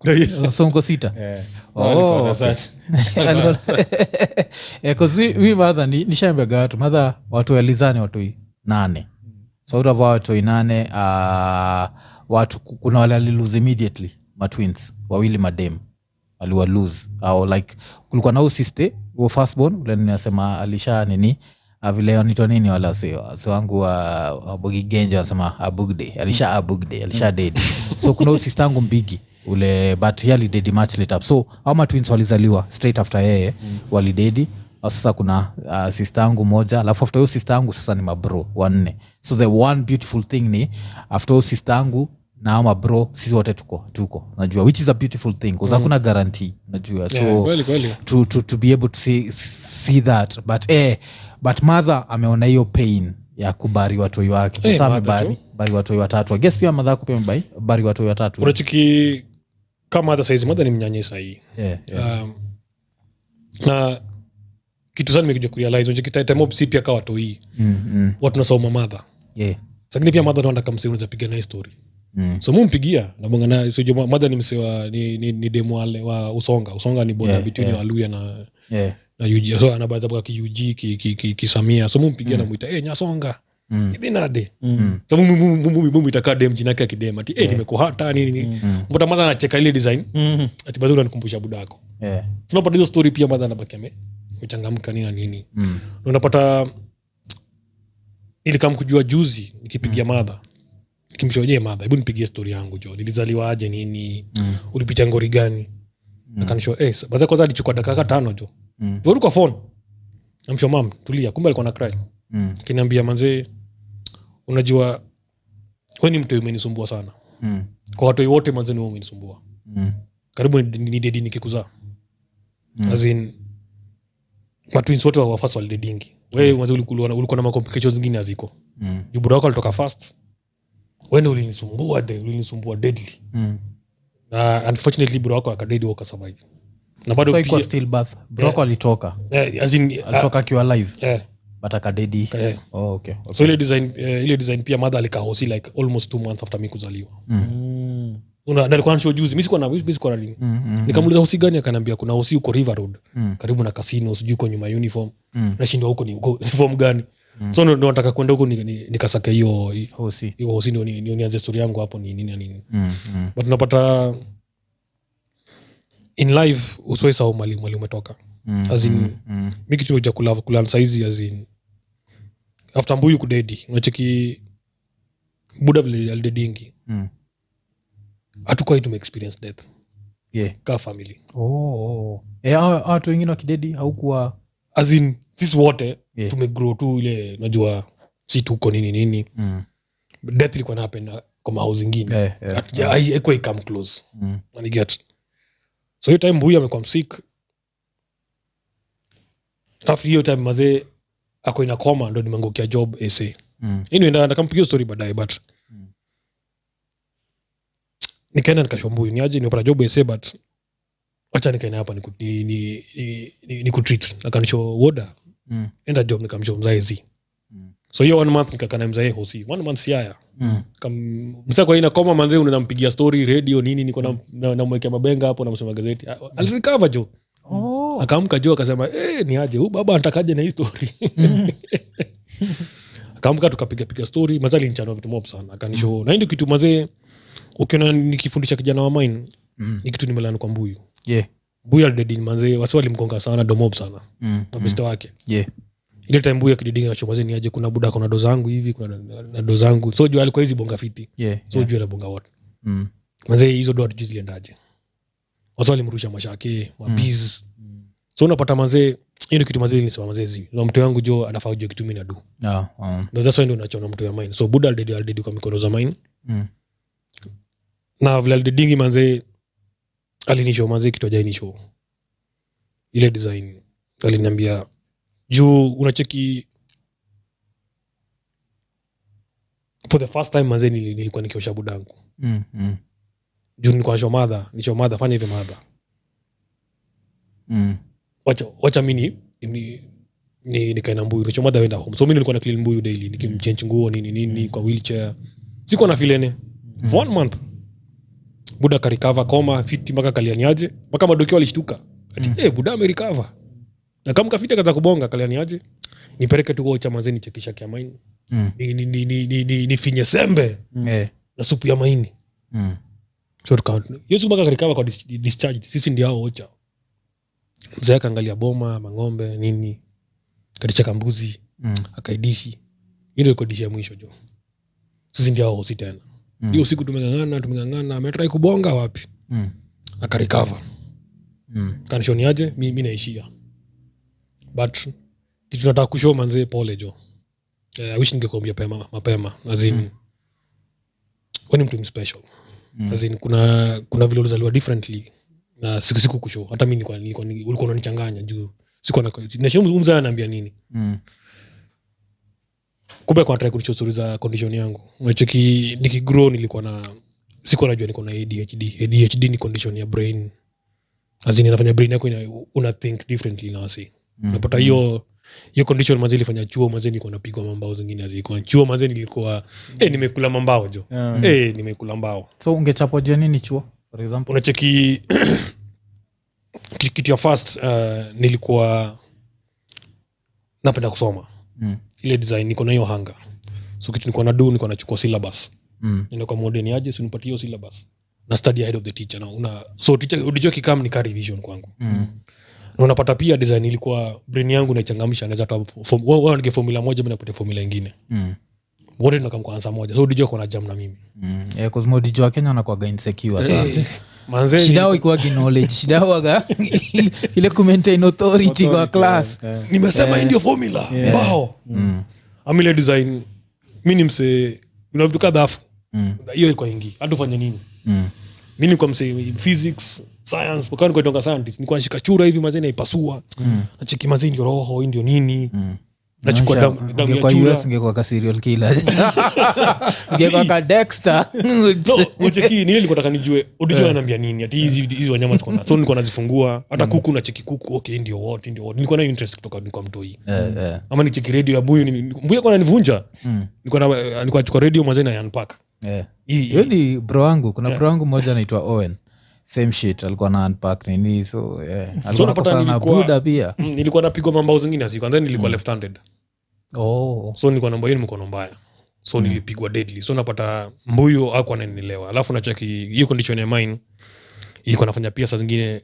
Speaker 1: so mko sita
Speaker 2: Eh, so
Speaker 1: Oh,
Speaker 2: alikuwa na
Speaker 1: okay.
Speaker 2: search.
Speaker 1: Eh, madha nishaambega watu madha watu walizani watoi nane so out of our watoi nane uh, watu ku- kuna wale alilose immediately matwins wawili madem aliwa lose au like kulikuwa na usiste huo firstborn ule ninasema alisha nini ah, vile wanaitwa nini wala si wangu wa wabogi genje wanasema abugde alisha abugde alisha dedi so kuna usiste angu mbigi ule but he alidedi much later so au matwins walizaliwa straight after yeye walidedi au sasa kuna uh, sista yangu moja alafu after hiyo sista yangu sasa ni mabro wanne so the one beautiful thing ni after hiyo sista yangu na hao mabro sisi wote tuko tuko najua which is a beautiful thing bcause hakuna mm. guarantee najua so
Speaker 3: yeah, kweli kweli
Speaker 1: to, to, to be able to see, see that but eh, but mother ameona hiyo pain ya kubari watoi wake
Speaker 3: Eh,
Speaker 1: hey,
Speaker 3: mother
Speaker 1: amebari bari watoi watatu ages pia madha yako pia amebari bari watoi watatu
Speaker 3: unachiki kama hata saizi madha ni mnyanye sahii
Speaker 1: yeah, yeah.
Speaker 3: um, na kitu sana nimekuja kurealize unachiki time si pia kawa toi
Speaker 1: Mm, mm,
Speaker 3: watu nasauma madha
Speaker 1: yeah.
Speaker 3: sakini pia madha naenda kamseu unaweza piga naye story
Speaker 1: Mm,
Speaker 3: so mumpigia nabonga naye so joma- madha ni msewa ni, ni, ni demu wale wa usonga usonga ni bonda
Speaker 1: Yeah,
Speaker 3: bituni
Speaker 1: yeah.
Speaker 3: waluya na
Speaker 1: yeah.
Speaker 3: na UG. so anabazabuka kiug kisamia ki, ki, kisamia. so mumpigia namwita e nyasonga
Speaker 1: Mm,
Speaker 3: ibinade
Speaker 1: mm,
Speaker 3: so mumu- mumu- mumu- mumuita ka dem jinake akidem ati e nimekuhata nini nini
Speaker 1: mm,
Speaker 3: mbona madha anacheka ile design ati bazi unanikumbusha budako
Speaker 1: yeah.
Speaker 3: So unapata hizo story pia madha anabaki ame amechangamka nini na nini
Speaker 1: Mm,
Speaker 3: Na unapata ilikamkujua juzi nikipigia
Speaker 1: Mm.
Speaker 3: madha kimshoje madha hebu nipigie story yangu jo nilizaliwa aje nini
Speaker 1: mm.
Speaker 3: ulipita ngori gani
Speaker 1: Mm.
Speaker 3: akanisho eh, sa- baza kwanza alichukua dakika ka tano jo
Speaker 1: Mm,
Speaker 3: Vyo kwa phone amsho mam tulia kumbe alikuwa na cry
Speaker 1: mm,
Speaker 3: akiniambia manzee unajua we ni mtu umenisumbua sana
Speaker 1: mm,
Speaker 3: kwa watoi wote manzee ni wewe umenisumbua
Speaker 1: mm,
Speaker 3: karibu ni, ni dedi nikikuzaa
Speaker 1: Mm.
Speaker 3: As in, matwins wote wa first walidedingi we manzee ulikuwa na- ulikuwa na macomplications zingine haziko
Speaker 1: mm,
Speaker 3: jubura wako alitoka fast wende ulinisumbua de ulinisumbua deadly
Speaker 1: mm.
Speaker 3: na unfortunately bro wako akadedi wakasurvive na bado
Speaker 1: So
Speaker 3: pia,
Speaker 1: haikuwa stillbirth. Broko alitoka
Speaker 3: eh, as in, ah,
Speaker 1: alitoka akiwa live
Speaker 3: eh,
Speaker 1: but akadedi
Speaker 3: eh.
Speaker 1: oh, okay. okay.
Speaker 3: so ile design eh, ile design pia madha alikahosi like almost two months after mi kuzaliwa
Speaker 2: Mm.
Speaker 3: Una- na alikuwa ananishow juzi mi sikuwa na mi sikuwa na nini
Speaker 1: mm, mm,
Speaker 3: nikamuliza hosi gani akaniambia kuna hosi uko river road
Speaker 1: mm,
Speaker 3: karibu na casino sijui uko nyuma ya uniform
Speaker 1: mm,
Speaker 3: nashindwa huko ni uko uniform gani
Speaker 1: Mm.
Speaker 3: so ndo- ndo nataka kwenda huko ni- ni- nikasaka hiyo hiyo
Speaker 1: hosi
Speaker 3: hosi ndio ni- ndio nianze stori yangu hapo ni nini na nini
Speaker 1: Oh, mm, mm,
Speaker 3: but unapata in life usiwai sahau mali mali umetoka
Speaker 1: mm,
Speaker 3: As in-
Speaker 1: mm, mm,
Speaker 3: mi kitu nimekuja kula kulan saizi azin after mbuyu kudedi unacheki buda vile alidedingi
Speaker 1: mm.
Speaker 3: hatukwai tumeexperience death
Speaker 1: Yeah.
Speaker 3: kaa family
Speaker 1: Oh, oh, oh. Eh, hao- hao watu wengine wakidedi haukuwa
Speaker 3: azin sisi wote
Speaker 1: Yeah.
Speaker 3: tumegrow tu ile najua si tuko nini nini
Speaker 1: mm.
Speaker 3: But death ilikuwa napen kwa mahau zingine
Speaker 1: eh, eh,
Speaker 3: Hatuja- hai- haikuwa ikam close
Speaker 1: mm,
Speaker 3: maniget so hiyo time mbuyu amekuwa msik after hiyo time mazee ako ina koma ndo nimeangukia job ese
Speaker 1: mm,
Speaker 3: anyway, nda- ndakampigia story baadaye but
Speaker 1: Mm.
Speaker 3: nikaenda nikashombuyu niaje nimepata job ese but wacha nikaena hapa niku- ni- ni- ni- ni- nikutreat akanisho woda
Speaker 1: mm,
Speaker 3: enda job nikamsho mzaezi
Speaker 1: Mm.
Speaker 3: so hiyo one month nikakana mzae hosi one month siaya
Speaker 1: mm,
Speaker 3: Kam- msa kwa ina koma manzee unampigia story radio nini niko nam- na- namwekea mabenga hapo namsoma gazeti Ah, A- alirecover jo
Speaker 1: Oh.
Speaker 3: akaamka jo akasema eh ni aje huyu baba anatakaje na hii story akaamka tukapiga piga story mazee alinichanua vitu mob sana akanisho na hii ndio kitu mazee ukiona nikifundisha kijana wa mine
Speaker 1: Mm,
Speaker 3: ni kitu nimelani kwa mbuyu
Speaker 1: yeah,
Speaker 3: mbuyu alidedini mazee wasi walimgonga sana domob sana
Speaker 1: mm,
Speaker 3: na
Speaker 1: mm,
Speaker 3: beste wake
Speaker 1: yeah,
Speaker 3: ile time mbuyu akidedini achomazee ni aje kuna buda kona do zangu hivi kuna na- na do zangu so juu alikuwa hizi bonga fiti
Speaker 1: yeah,
Speaker 3: so
Speaker 1: yeah,
Speaker 3: juu anabonga wote
Speaker 1: mm,
Speaker 3: mazee hizo doa tujui ziliendaje wasa walimrusha mashake mabiz so unapata mazee hiyo ndio kitu mazee nilisema mazee zi na mtu wangu jo anafaa ujue kitu mi nadu
Speaker 1: no, um,
Speaker 3: ndo that's why ndio nachona mtu ya mine so buda aldedi aldedi kwa mikono za mine
Speaker 1: mm,
Speaker 3: na vile aldedingi mazee alinisho mazee kitu ajainisho ile design aliniambia juu unacheki for the first time mazee nili- nilikuwa nikiosha budangu
Speaker 1: mm, mm,
Speaker 3: juu nilikuwa shomadha nishomadha fanya hivyo madha
Speaker 1: mm,
Speaker 3: wacha wacha mi ni- ni- ni- nikae na mbuyu kesho madha wenda home so mi nilikuwa na clean mbuyu daily nikimchange nguo nini nini kwa wheelchair sikuwa na filene mm. one month buda karikava koma fiti mpaka kalianiaje mpaka madokio alishtuka ati
Speaker 1: Mm.
Speaker 3: mm. hey, buda amerikava na kama kafiti kaza kubonga kalianiaje nipeleke tu kwa cha mazeni chekisha kia maini
Speaker 1: mm,
Speaker 3: ni, ni, ni, ni, ni, ni, nifinye sembe
Speaker 1: eh,
Speaker 3: na supu ya maini
Speaker 1: mm,
Speaker 3: so tuka hiyo siku mpaka karikava kwa dis, discharge sisi ndio hao ocha mzee akaangalia boma mang'ombe nini katichaka mbuzi
Speaker 1: mm,
Speaker 3: akaidishi hiyo ndio ilikuwa dishi ya mwisho jo sisi ndio hao hosi tena
Speaker 1: mm,
Speaker 3: hiyo siku tumeng'ang'ana tumeng'ang'ana ametrai kubonga wapi
Speaker 1: mm,
Speaker 3: akarikava
Speaker 1: mm,
Speaker 3: kanishoni aje mi, mi naishia but kitu nataka kushow manzee pole jo eh, i wish ningekuambia pema mapema azin mm. ni mtu special
Speaker 1: Mm.
Speaker 3: azin kuna kuna vile ulizaliwa differently na siku siku kushow hata mi nilikuwa nilikuwa ni- ulikuwa unanichanganya juu sikuwa na nashu mzee anaambia nini
Speaker 1: mm,
Speaker 3: kumbe kwa try kunishow stories za condition yangu unacheki nikigrow nilikuwa na sikuwa najua niko na ADHD ADHD ni condition ya brain azin inafanya brain yako ina, una think differently na wasi
Speaker 1: mm,
Speaker 3: napata hiyo hiyo condition mazee ilifanya chuo mazee nilikuwa napigwa mambao zingine zilikuwa chuo mazee nilikuwa eh, nimekula mambao jo
Speaker 2: Yeah.
Speaker 3: eh, nimekula mbao
Speaker 1: so ungechapwa jua nini chuo for example
Speaker 3: unacheki kitu- kitu ya first uh, nilikuwa napenda kusoma
Speaker 1: mm,
Speaker 3: ile design niko na hiyo hanga so kitu nilikuwa nadu nilikuwa nachukua syllabus
Speaker 1: mm,
Speaker 3: nenda kwa modeni aje sinipatie hiyo syllabus na study ahead of the teacher na una so teacher ulijua kikam ni ka revision kwangu
Speaker 1: mm,
Speaker 3: na unapata pia design ilikuwa brain yangu naichangamsha naweza toa form- wewe unaandike formula moja mimi napata formula ingine
Speaker 1: mm,
Speaker 3: wote tunakam kwa answer moja so ulijua kuna jam na mimi
Speaker 1: mm. Eh, 'cause modijo wa kenya anakwaga
Speaker 3: Eh.
Speaker 1: insecure sana
Speaker 3: manze
Speaker 1: shida yao ikuwagi knowledge shida yao waga ile kumaintain authority kwa class
Speaker 2: Yeah.
Speaker 3: nimesema hii ndio formula
Speaker 2: Yeah.
Speaker 3: mbao
Speaker 1: Mm,
Speaker 3: amile design mi ni msee una vitu kadha afu
Speaker 1: mm,
Speaker 3: hiyo ilikuwa ingi hatufanye nini
Speaker 1: mm,
Speaker 3: mi nilikuwa msee physics science ukawa nikatonga scientist nilikuwa nashika chura hivi mazee naipasua
Speaker 1: mm,
Speaker 3: nacheki mazee hii ndio roho hii ndio nini
Speaker 1: mm.
Speaker 3: nachukua
Speaker 1: Maisha,
Speaker 3: damu- damu ya
Speaker 1: ungekuwa
Speaker 3: chura.
Speaker 1: US, ungekuwa ka serial killer. Ungekuwa ka Dexter.
Speaker 3: no ucheki nile nilikuwa nataka nijue
Speaker 1: Eh.
Speaker 3: udijua anaambia nini ati hizi hizi wanyama ziko na so nilikuwa nazifungua hata
Speaker 1: Mm.
Speaker 3: kuku nacheki kuku okay hii ndio what hii ndio what nilikuwa nayo interest kutoka nilikuwa mtoi
Speaker 1: Eh, eh,
Speaker 3: ama nicheki radio ya buyu nini- buyu kwa nanivunja
Speaker 1: mm,
Speaker 3: nilikuwa na- nilikuwa nachukua radio mazee na yanpak
Speaker 1: eh. hiyo ni bro wangu kuna bro wangu mmoja anaitwa owen same shit alikuwa na unpack nini so yeah. alikuwa nakosana na
Speaker 3: unapata Mm, nilikuwa-
Speaker 1: buda pia Mm.
Speaker 3: nilikuwa napigwa mambao zingine asikwanza nilikuwa left handed
Speaker 1: oh.
Speaker 3: so nilikuwa namba hiyo ni mkono mbaya so
Speaker 1: Mm.
Speaker 3: nilipigwa deadly so napata mbuyo aku ananielewa alafu nachaki hiyo condition ya mine ilikuwa nafanya pia saa zingine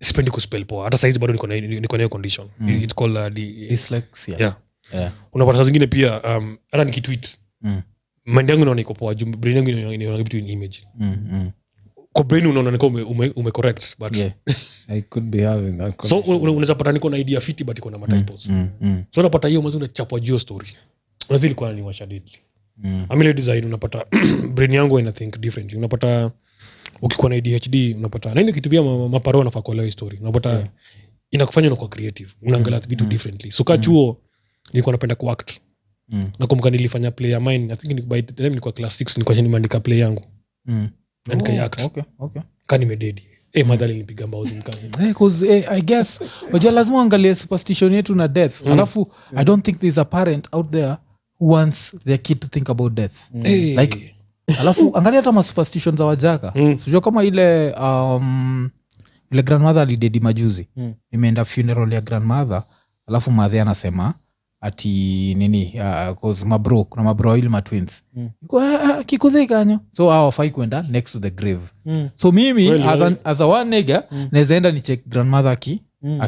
Speaker 3: sipendi kuspell poa hata saizi bado niko na niko na hiyo condition
Speaker 1: Mm.
Speaker 3: It's called, uh, di-
Speaker 1: Dyslexia.
Speaker 3: Yeah.
Speaker 1: Yeah.
Speaker 3: unapata saa zingine pia um, hata nikitwit
Speaker 1: Mm.
Speaker 3: mind yangu inaona iko poa juu brain yangu inaona- inaona kitu in image
Speaker 1: Mm, mm.
Speaker 3: kwa brain unaona nika ume, ume, ume correct but
Speaker 1: Yeah.
Speaker 2: I could be having that
Speaker 3: so
Speaker 2: condition.
Speaker 3: una- unaweza pata niko na idea fiti but iko na
Speaker 1: Mm,
Speaker 3: matypos
Speaker 1: mm, mm,
Speaker 3: so unapata hiyo mwanzo unachapwa juu hiyo story mwanzo ilikuwa ni washadidi
Speaker 1: mm.
Speaker 3: amile design unapata brain yangu ina think different unapata ukikuwa na adhd unapata naini kitu pia ma- maparo wanafaa kuelewa hii story unapata
Speaker 1: Yeah.
Speaker 3: inakufanya unakuwa creative unaangalia
Speaker 1: Mm,
Speaker 3: vitu
Speaker 1: mm.
Speaker 3: differently so ka
Speaker 1: Mm.
Speaker 3: chuo nilikuwa napenda kuact
Speaker 1: Mm,
Speaker 3: nakumbuka nilifanya play ya mine i think ni- by the time nilikuwa class 6 nilikuwa nimeandika play yangu
Speaker 1: mm.
Speaker 3: Na nikaiact.
Speaker 1: Oh, okay, okay.
Speaker 3: ka nimededi e madhali nipiga mbao zimka
Speaker 1: Eh, 'cause, eh, i guess unajua lazima uangalie superstition yetu na death
Speaker 3: Mm.
Speaker 1: alafu i don't think there's a parent out there who wants their kid to think about death
Speaker 2: Mm.
Speaker 3: Eh.
Speaker 1: Like- alafu angalia hata masuperstition za wajaka
Speaker 3: Mm.
Speaker 1: sijua kama ile um, ile grandmother alidedi majuzi
Speaker 2: Mm.
Speaker 1: imeenda funeral ya grandmother alafu madhe anasema ati nini uh, cause mabro kuna mabro wawili matwins
Speaker 2: Mm.
Speaker 1: mm. kikudhikanyo so awafai kwenda next to the grave
Speaker 2: Mm,
Speaker 1: so mimi
Speaker 3: Kweli,
Speaker 1: as, an,
Speaker 3: kweli.
Speaker 1: as a one nega
Speaker 2: Mm.
Speaker 1: nawezaenda nichek grandmother aki
Speaker 2: mm.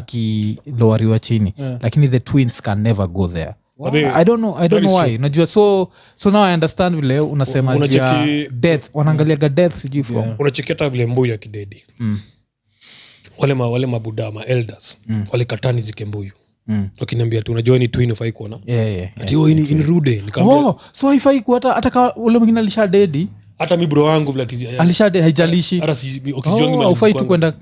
Speaker 1: akilowariwa chini
Speaker 2: Yeah.
Speaker 1: lakini the twins can never go there
Speaker 2: Wow.
Speaker 3: They-
Speaker 1: i don't know, I
Speaker 3: That
Speaker 1: don't know
Speaker 3: is
Speaker 1: why
Speaker 3: true.
Speaker 1: najua so so now i understand vile unasema juu ya
Speaker 3: Unacheki-
Speaker 1: death wanaangaliaga death sijui from
Speaker 2: Yeah.
Speaker 3: unachekia hata vile mbuyu ya kidedi
Speaker 1: mm,
Speaker 3: wale, ma, wale mabuda ma elders
Speaker 1: Mm.
Speaker 3: walikataa nizike mbuyu
Speaker 1: mm.
Speaker 3: wakiniambia tu unajua ni twin ufai kuona
Speaker 1: Yeah, yeah, yeah.
Speaker 3: ati "Oh, ini- inrude nikaambia
Speaker 1: Oh, so haifai ku- hata hata ka ule mwingine alisha dedi
Speaker 3: hata mi bro wangu vile akizi-
Speaker 1: alisha de- haijalishi
Speaker 3: hata si- mi-
Speaker 1: Oh,
Speaker 3: ukisijuangi mali
Speaker 1: haufai tu
Speaker 3: kwangu,
Speaker 1: kwenda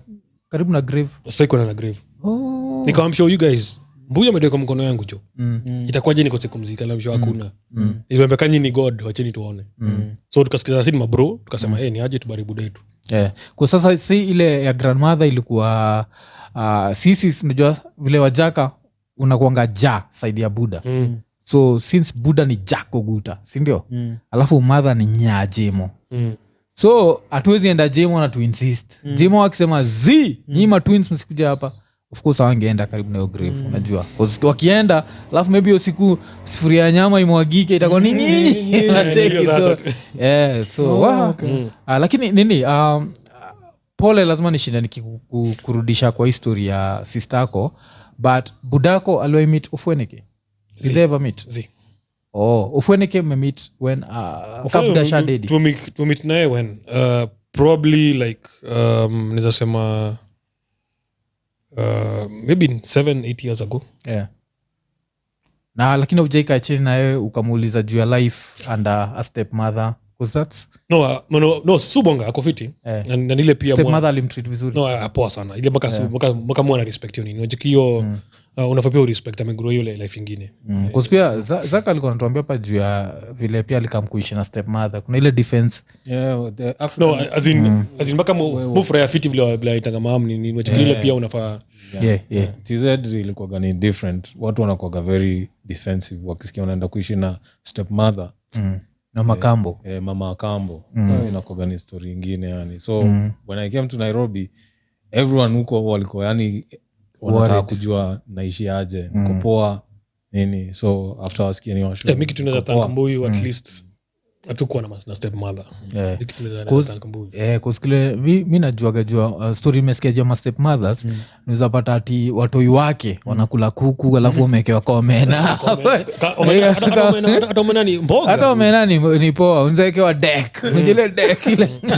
Speaker 1: karibu na grave
Speaker 3: sitaki kuenda na grave
Speaker 1: oh.
Speaker 3: nikawamsho you guys mbuyu amedeka mkono yangu jo
Speaker 1: mm,
Speaker 2: Mm,
Speaker 3: itakuwaje nikose kumzika lamsho hakuna
Speaker 1: mm,
Speaker 3: niliambia kanyi ni god wacheni tuone
Speaker 1: mm.
Speaker 3: so tukasikizana sini mabro tukasema hey, ni aje tubaribu detu
Speaker 1: yeah. kwa sasa si ile ya grandmother ilikuwa uh, sisi unajua vile wajaka unakuanga ja saidi ya buda
Speaker 3: mm.
Speaker 1: so since buda ni jakoguta sindio
Speaker 2: mm,
Speaker 1: alafu madha ni nyajemo
Speaker 3: mm.
Speaker 1: so hatuwezi enda jemo na tuinsist mm.
Speaker 2: Mm.
Speaker 1: jemo akisema z mm. nyima twins msikuja hapa of course awangeenda karibu nayo grave mm.
Speaker 2: Mm.
Speaker 1: unajua 'Cause wakienda alafu maybe hiyo siku sufuria ya nyama imwagike itakuwa ni nyinyi
Speaker 3: Hiyo
Speaker 1: unacheki so,
Speaker 3: sasa-
Speaker 1: yeah, so
Speaker 2: Oh,
Speaker 1: wow.
Speaker 2: okay.
Speaker 3: Mm.
Speaker 1: Ah, lakini nini um, ah, pole lazima nishinda nikikurudisha kwa histori ya sistako but budako aliwaimit ofweneke
Speaker 3: Zi.
Speaker 1: didhevamit
Speaker 3: Zi.
Speaker 1: oh, ofweneke mmemit when uh, kabda shadedi
Speaker 3: Tumemi- tumemit naye when uh, probably like um, naweza sema uh, maybe 7 8 years ago
Speaker 1: yeah. na lakini ujaika chini nayewe ukamuuliza juu ya life and uh, a stepmother 'Cause that's
Speaker 3: no, uh, no, no, no subonga ako fiti
Speaker 1: eh,
Speaker 3: Na- na nile pia mwa-
Speaker 1: stepmother alimtreat vizuri
Speaker 3: no, ah, poa sana ile mpaka
Speaker 1: Yeah.
Speaker 3: mpaka- mpaka mwana respect hiyo nini unajiki hiyo
Speaker 1: Mm.
Speaker 3: uh, unafaa pia urespect amegrow hiyo li- life ingine
Speaker 1: Mm. 'Cause pia Za- zaka alikuwa anatuambia pa juu ya vile pia alikamkuishi na stepmother kuna ile defense
Speaker 2: yeah, well, the African-
Speaker 3: no as in
Speaker 1: Mm.
Speaker 3: as in mpaka mu-
Speaker 2: Wewe.
Speaker 3: mufurahia fiti vile wa- vile aitanga maam ni ni unajiki ile
Speaker 2: Yeah.
Speaker 3: pia unafaa
Speaker 2: Yeah.
Speaker 1: yeah, yeah.
Speaker 2: tz ilikuwaga ni different watu wanakuwaga very defensive wakisikia wanaenda kuishi na stepmother
Speaker 1: Mm. na makambo
Speaker 2: eh, mama wakambo
Speaker 1: Mm.
Speaker 2: mm. inakuwaga ni story ingine yani so
Speaker 1: Mm.
Speaker 2: when i came to nairobi everyone huko walikuwa yani wanataka
Speaker 1: Worried.
Speaker 2: kujua naishi aje
Speaker 1: Mm.
Speaker 2: niko poa nini so after wasikia ni washu-
Speaker 3: yeah, mi Eh, kitu naweza
Speaker 2: niko poa.
Speaker 3: thanka mbuyu at
Speaker 1: Mm.
Speaker 3: least hatukuwa na, mas- na step mother
Speaker 1: Yeah.
Speaker 3: Ni kitu naweza-
Speaker 1: Cause-
Speaker 3: naweza thanka mbuyu
Speaker 1: Eh, 'cause kile mi, mi najuaga jua uh, story imesikia jua mastep mothers
Speaker 2: Mm.
Speaker 1: naweza pata ati watoi wake wanakula kuku alafu
Speaker 3: Mm.
Speaker 1: wamewekewa komena
Speaker 3: Ka- omena- hata- hata omena- hata- hata omena ni mboga.
Speaker 1: hata omena ni, ni poa unzawekewa
Speaker 2: Mm.
Speaker 1: dek ile dek ile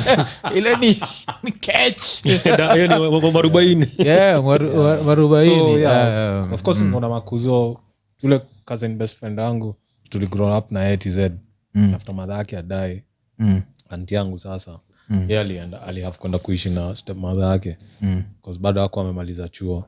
Speaker 1: ile ni ni catch
Speaker 3: Da- hiyo ni wa- wa- mwarobaini.
Speaker 1: yeah waru- wa- warubaini
Speaker 2: So, yeah,
Speaker 1: um,
Speaker 2: of course
Speaker 1: mm,
Speaker 2: kuna makuzo yule cousin best friend yangu tuligrow up na yeye tz
Speaker 1: mm,
Speaker 2: after madha yake adae
Speaker 1: mm,
Speaker 2: anti yangu sasa
Speaker 1: Mm.
Speaker 2: ye alienda alihave kwenda kuishi na stepmadha yake
Speaker 1: mm,
Speaker 2: 'cause bado ako amemaliza chuo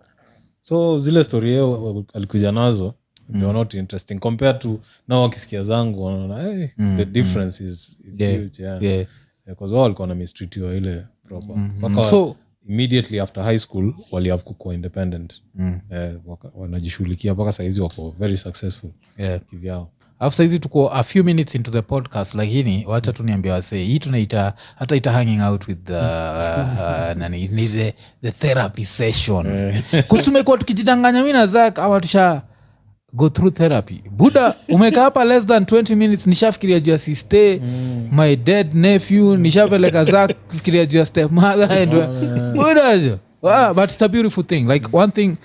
Speaker 2: so zile story ye wa- wa- alikuja nazo they
Speaker 1: Mm.
Speaker 2: were not interesting compared to nao wakisikia zangu wanaona hey,
Speaker 1: Mm,
Speaker 2: the
Speaker 1: mm.
Speaker 2: difference is, is
Speaker 1: Yeah,
Speaker 2: huge yeah.
Speaker 1: yeah,
Speaker 2: Yeah, 'cause wao walikuwa na mistreatiwa ile proper
Speaker 1: mm,
Speaker 2: mpaka
Speaker 1: so
Speaker 2: immediately after high school walihave kukuwa independent
Speaker 1: mm,
Speaker 2: eh, waka- wanajishughulikia mpaka sahizi wako very successful
Speaker 1: yeah
Speaker 2: kivyao
Speaker 1: alafu sahizi tuko a few minutes into the podcast lakini wacha tu niambia wasee hii tunaita hata ita hanging out with the, uh, uh, nani, ni the, the therapy session
Speaker 2: Eh.
Speaker 1: Kusi tumekuwa tukijidanganya mi na zak awa tusha go through therapy buda umekaa hapa less than 20 minutes nishafikiria juu ya siste mm. my dead nephew nishapeleka za fikiria juu ya stepmother and buda jo wow, Ah, but it's a beautiful thing like one thing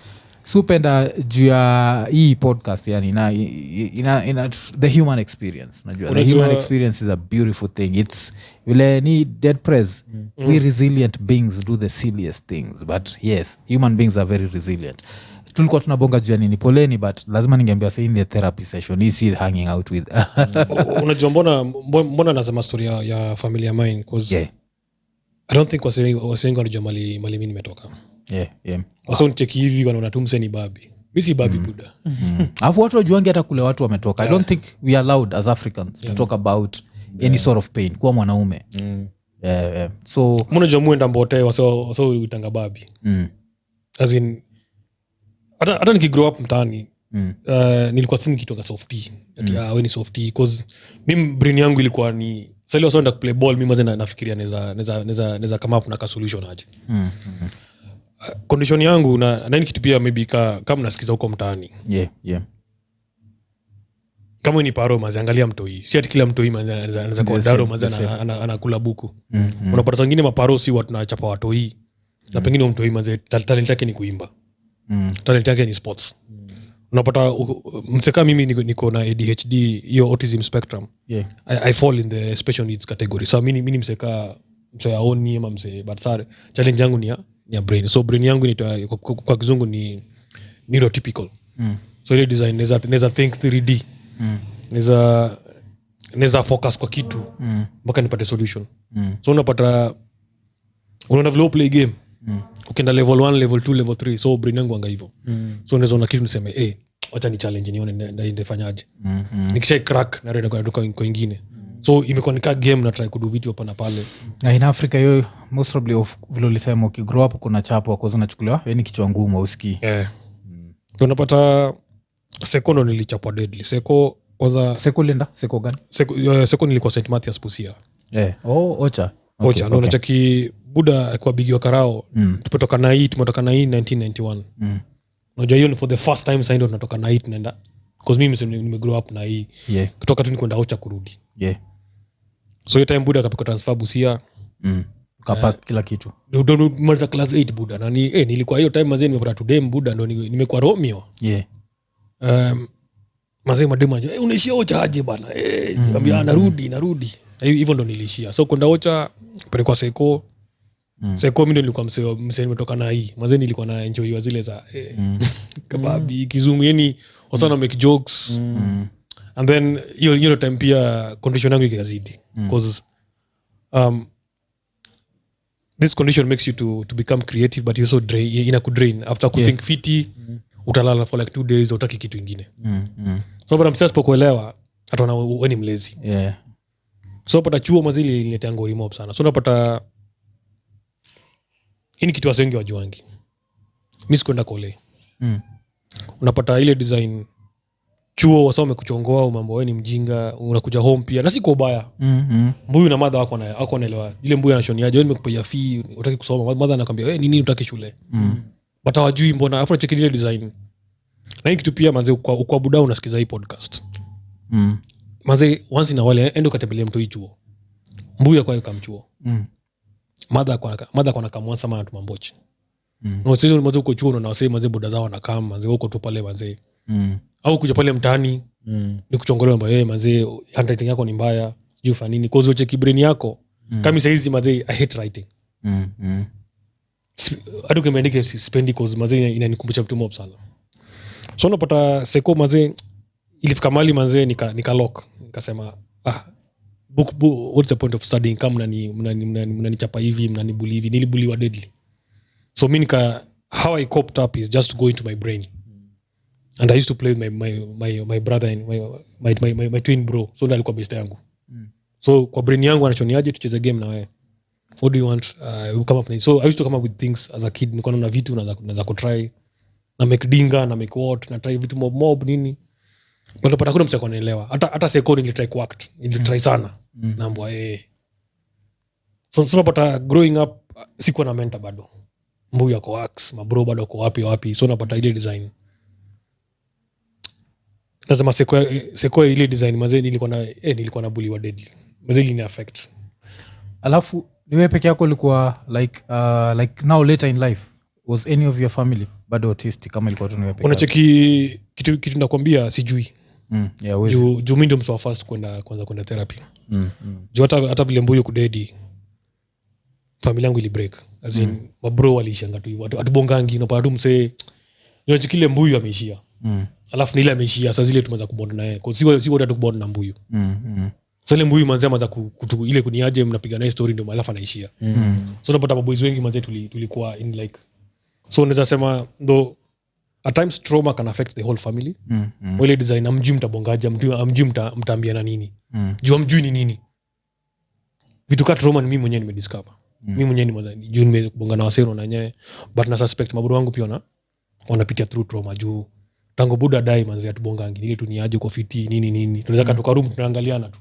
Speaker 1: supenda juu ya hii podcast yani ina, ina, ina, the human experience najua the
Speaker 3: Unajua-
Speaker 1: human experience is a beautiful thing it's vile ni dead press we resilient beings do the silliest things but yes human beings are very resilient tulikuwa tunabonga juu ya nini poleni but lazima ningeambiwa say in the therapy session hii si hanging out with
Speaker 3: unajua mbona mbo- mbona nasema story ya, ya familia mine 'Cause
Speaker 1: yeah,
Speaker 3: i don't think wasi wengi- wasi wengi wanajua mali mali mi nimetoka
Speaker 1: yeah, yeah.
Speaker 3: wasa unicheki hivi wanaona tu msee ni babi mi si babi buda
Speaker 1: Mm. alafu watu wajuangi hata kule watu wametoka i don't think we are allowed as africans to talk about any sort of pain kuwa mwanaume
Speaker 2: Mm.
Speaker 1: yeah, yeah. so
Speaker 3: mnajua muenda mbote wasa uitanga babi
Speaker 1: mm,
Speaker 3: as in hata hata nikigrow up mtaani
Speaker 1: mm,
Speaker 3: uh, nilikuwa si nikitoka softi mm. uh, we ni softi bcause mi brain yangu ilikuwa ni sali wasoenda kuplay ball mi maze nafikiria naeza- naeza- naeza naeza come up na ka solution aje
Speaker 1: mm, mm.
Speaker 3: uh, condition yangu na naini kitu pia maybe ka kama nasikiza huko mtaani
Speaker 1: yeah, yeah.
Speaker 3: kama we ni paro mazi angalia mtoi si ati kila mtoi mazi anaweza- anaweza kuwa
Speaker 2: Yes,
Speaker 3: daro mazi
Speaker 2: yes,
Speaker 3: ana- ana- anakula buku
Speaker 1: Mm, mm.
Speaker 3: unapata saa ingine maparo si watu nachapa watoi na pengine huyo mtoi mazi ta- talent yake ni kuimba
Speaker 1: Mm,
Speaker 3: talent yake ni sports unapata u- u- msekaa mimi niko- niko na adhd hiyo autism spectrum
Speaker 1: yeah.
Speaker 3: I, I fall in the special needs category so mi ni- mi ni mseka msee aoni ama msee batsare challenge yangu ni ya, ni ya brain so brain yangu inaitwa- kwa, kwa, kwa kizungu ni neurotypical
Speaker 1: Mm,
Speaker 3: so ile design naeza naeza think 3d
Speaker 1: mm,
Speaker 3: naeza naeza focus kwa kitu
Speaker 1: mm,
Speaker 3: mpaka nipate solution
Speaker 1: mm,
Speaker 3: so uh, unapata unaona vile play game
Speaker 1: mm.
Speaker 3: ukienda level 1 level 2 level 3 so brain yangu anga hivyo so unaweza una kitu niseme hey, wacha "Eh, ni challenge nione nda- nda- ndafanyaje
Speaker 1: Mm, mm.
Speaker 3: nikishai crack narenda kwa duka kwa ingine
Speaker 1: Hmm.
Speaker 3: so imekuwa nikaa game na try kudu vitu hapa na pale
Speaker 1: na in africa hiyo most probably of vile ulisema ukigrow up kuna chapo kwaza unachukuliwa we ni kichwa ngumu ausikii
Speaker 3: yeah.
Speaker 1: Hmm.
Speaker 3: unapata uh, seko ndo nilichapwa deadly seko kwanza
Speaker 1: seko lenda seko gani
Speaker 3: seko, eh, seko nilikuwa st mathias pusia
Speaker 1: yeah. oh, ocha Okay,
Speaker 3: ocha okay,
Speaker 1: okay.
Speaker 3: unachaki buda kwa bigi wa karao
Speaker 1: Mm,
Speaker 3: tumetoka nai tumetoka nai 1991
Speaker 1: mm.
Speaker 3: unajua hiyo ni for the first time saindo tunatoka nai tunaenda bcause mimi mse- nimegrow up na hii
Speaker 1: yeah,
Speaker 3: kutoka tu nikwenda ocha kurudi
Speaker 1: yeah.
Speaker 3: so hiyo time buda akapikwa transfer busia
Speaker 1: Mm. kapak kila kitu
Speaker 3: maliza class 8 buda nani eh, nilikuwa hiyo time mazee nimepata tudem buda ndo ni- nimekuwa romeo
Speaker 1: yeah.
Speaker 3: um, mazee mademu anaja, "Eh, unaishia ocha aje bana
Speaker 1: Mm-hmm.
Speaker 3: eh, ambia, "Ah, narudi narudi Na hiyo- hivyo ndo niliishia so kwenda ocha pelekwa seko
Speaker 1: Mm.
Speaker 3: seko mi ndo nilikuwa msee msee nimetoka na hii mazee nilikuwa na enjoyiwa zile za eh,
Speaker 1: Mm.
Speaker 3: kababi kizungu yani wasana make jokes
Speaker 1: Mm.
Speaker 3: and then hiyo hiyo time pia condition yangu ikazidi because um, this condition makes you to, to become creative but you so drain, ina kudrain after kuthink fiti utalala for like two days utaki kitu ingine
Speaker 1: Mm. Mm.
Speaker 3: so pata msee asipokuelewa ataona we we ni mlezi
Speaker 1: yeah.
Speaker 3: so pata chuo mazili ililetea ngori mob sana so unapata hii ni kitu wasi wengi wajuangi mi sikuenda kole
Speaker 1: Mm.
Speaker 3: unapata ile design chuo wasa wamekuchongoa mambo we ni mjinga unakuja home pia na si kwa ubaya
Speaker 1: Mm. Mm.
Speaker 3: mbuyu na madha wako na- wako naelewa ile mbuyu anashoniaje we nimekupaia fee utaki kusoma madha anakwambia we "Eh, nini utaki shule
Speaker 1: Mm.
Speaker 3: but hawajui mbona afu nacheki ile design na hii kitu pia manze ukwa, ukwa buda unasikiza hii podcast
Speaker 1: Mm.
Speaker 3: manze once na wale ende ukatembelia mtu hii chuo mbuyu akwa kamchuo
Speaker 1: Mm.
Speaker 3: madha akwa- madha akwa nakamwansa maana tumambochi
Speaker 1: Mm.
Speaker 3: nasizi maze uko chuo unaona wasee manze boda zao wanakam manze uko tu pale manze
Speaker 1: Mm.
Speaker 3: au kuja pale mtaani ni kuchongolewa mambo yeye manze handwriting yako ni mbaya sijui fanini kozi ucheki brain yako
Speaker 1: Mm.
Speaker 3: kami saizi manze i hate writing
Speaker 1: Mm. Mm.
Speaker 3: Sp- hadi ukimeandika si- sipendi cause mazee ina- inanikumbusha vitu mob sana so unapata seko mazee ilifika mali mazee nika, nika lock nikasema ah, book, book, what's the point of studying kama mnani- mnani- mnani- mnanichapa hivi mnanibuli hivi nilibuliwa deadly so mi nika how i coped up is just to go into my brain and i used to play with my, my, my, my brother and my, my, my, my, my twin bro so ndo alikuwa best yangu
Speaker 1: Mm.
Speaker 3: so kwa brain yangu anachoniaje tucheze game na wewe what do you want uh, you come up with- so i used to come up with things as a kid nilikuwa naona vitu naanza- naanza kutry na make dinga na make what na try vitu mob mob nini But unapata hakuna mtu akonielewa hata hata seko nilitry kuact nilitry sana
Speaker 1: Mm.
Speaker 3: naambwa eh so so unapata growing up uh, sikuwa na mentor bado mbuyu ako wax mabro bado ako wapi wapi so unapata ile design nasema sekoya sekoya ile design mazee nilikuwa na eh, nilikuwa na buliwa deadly mazee ili ni affect
Speaker 1: alafu niwe peke yako ulikuwa like uh, like now later in life was any of your family bado autisti kama ilikuwa tu niwe peke yako?
Speaker 3: unacheki kitu kitu nakwambia sijui
Speaker 1: Mm, yeah, huwezi.
Speaker 3: juu juu mi ndio mtu wa first kwenda kwanza kwenda therapy
Speaker 1: Mm, mm,
Speaker 3: juu hata hata vile mbuyu kudedi familia yangu ili break as in mm. mabro waliishanga tu hivyo, hatu- hatubongangi napata tu msee unachikile mbuyu ameishia
Speaker 1: mm,
Speaker 3: alafu ni ile ameishia saa zile tumeanza kubond naye siwote tukubond na mbuyu
Speaker 1: mm, mm,
Speaker 3: sale mbuyu manzi amaza ile kuniaje mnapiga naye story ndio alafu anaishia
Speaker 1: mm,
Speaker 3: so napata maboys wengi manze tuli- tulikuwa in like so unaweza sema though at times trauma can affect the whole family
Speaker 1: mm, mm,
Speaker 3: mm. ile design amjui mtabongaje amjui mta, mtaambia na nini
Speaker 1: mm,
Speaker 3: juu amjui ni nini vitu ka trauma ni mimi mwenyewe nimediscover
Speaker 1: Mm.
Speaker 3: mm. mi mwenyewe nime- juu nimebonga na wasero na nyaye but na suspect mabro wangu pia wana- wanapitia through trauma juu tangu buda dai manzi atubongangi ile tuniaje kwa fiti nini nini tunaweza katoka room tunaangaliana tu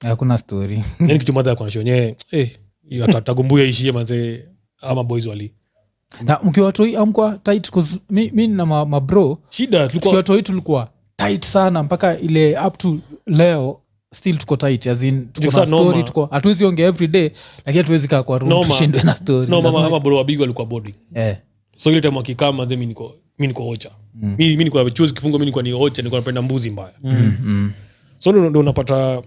Speaker 1: hakuna story
Speaker 3: yani kitu madha kwanashonyewe eh hiyo hata- tagumbuya ishie manze ama boys wali
Speaker 1: na mkiwatoi amkwa tight 'cause mi, mi na ma- mabro
Speaker 3: shida tulikuwa
Speaker 1: tukiwatoi tulikuwa tight sana mpaka ile up to leo still tuko tight as in tuko
Speaker 3: Juksa
Speaker 1: na story
Speaker 3: noma.
Speaker 1: tuko hatuwezi ongea every day lakini hatuwezi kaa kwa room
Speaker 3: Noma.
Speaker 1: tushindwe na story
Speaker 3: no mama
Speaker 1: Lazima-
Speaker 3: ama bro wabigo alikuwa boarding
Speaker 1: eh
Speaker 3: so ile time akikaa manze mi niko mi niko ocha
Speaker 1: Mm.
Speaker 3: mi mi niko chuzi kifungo mi niko ni ocha niko napenda mbuzi mbaya
Speaker 1: mm, mm,
Speaker 3: so ndo ndo unapata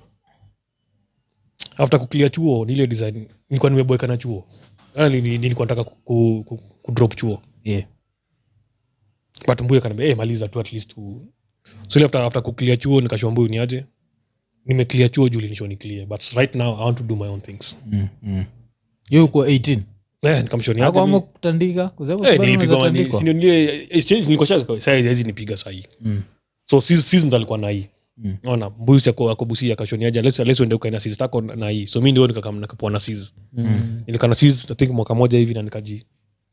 Speaker 3: after kuklia chuo ni ile design nilikuwa nimeboeka na chuo Yaani ni- ni- nilikuwa nataka ku, ku, ku, ku drop chuo
Speaker 1: yeah.
Speaker 3: but mbuyu akaniambia hey, maliza tu at least tu so ile after, after kuklia chuo nikashua mbuyu niaje nimeclear chuo juu linishwa ni clear but right now i want to do my own things
Speaker 1: mm, mm. Yo uko 18
Speaker 3: eh, nikamshoni
Speaker 1: Ako ama kutandika Kwa sababu
Speaker 3: Eh,
Speaker 1: sababu
Speaker 3: nilipigwa
Speaker 1: unaweza
Speaker 3: mani-
Speaker 1: tandikwa.
Speaker 3: si ndio nile- exchange nilikuwa shaka sai haizi nipiga sahi
Speaker 1: Mm,
Speaker 3: so season season alikuwa na hii
Speaker 1: Mm.
Speaker 3: ona mbusi ako akobusi akashoniaje let's let's uende ukaina season tako na hii so mimi ndio nikakam nikapoa na season
Speaker 1: Mm.
Speaker 3: nilikaa na season i think mwaka moja hivi na nikaji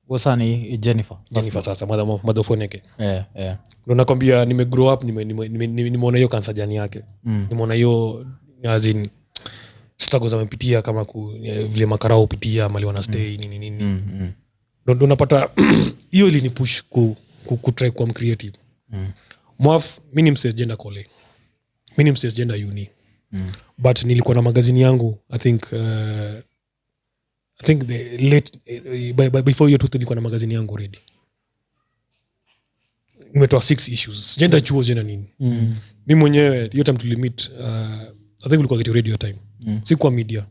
Speaker 1: kwa sana ni Jennifer
Speaker 3: Jennifer sasa mother mother phone yake
Speaker 1: eh eh
Speaker 3: ndio nakwambia nime grow up nime nime- nime- nime- nimeona hiyo kansa jani yake
Speaker 1: mm,
Speaker 3: nimeona hiyo as in struggles amepitia kama ku, eh, vile makarao hupitia mali wana stay nini nini
Speaker 1: mm, mm,
Speaker 3: Ndo- ndo napata hiyo ilinipush ku, ku, kutry kuwa mcreative
Speaker 1: mm,
Speaker 3: mwaf mi ni msesjenda kole mi ni msesjenda uni
Speaker 1: mm,
Speaker 3: but nilikuwa na magazini yangu i think uh, i think the late, eh, by, by, before hiyo tu nilikuwa na magazini yangu already nimetoa six issues
Speaker 1: Mm.
Speaker 3: jenda chuo jenda nini mi mwenyewe hiyo time tulimit uh, i think ulikuwa kitu radio time
Speaker 1: Mm.
Speaker 3: si kwa media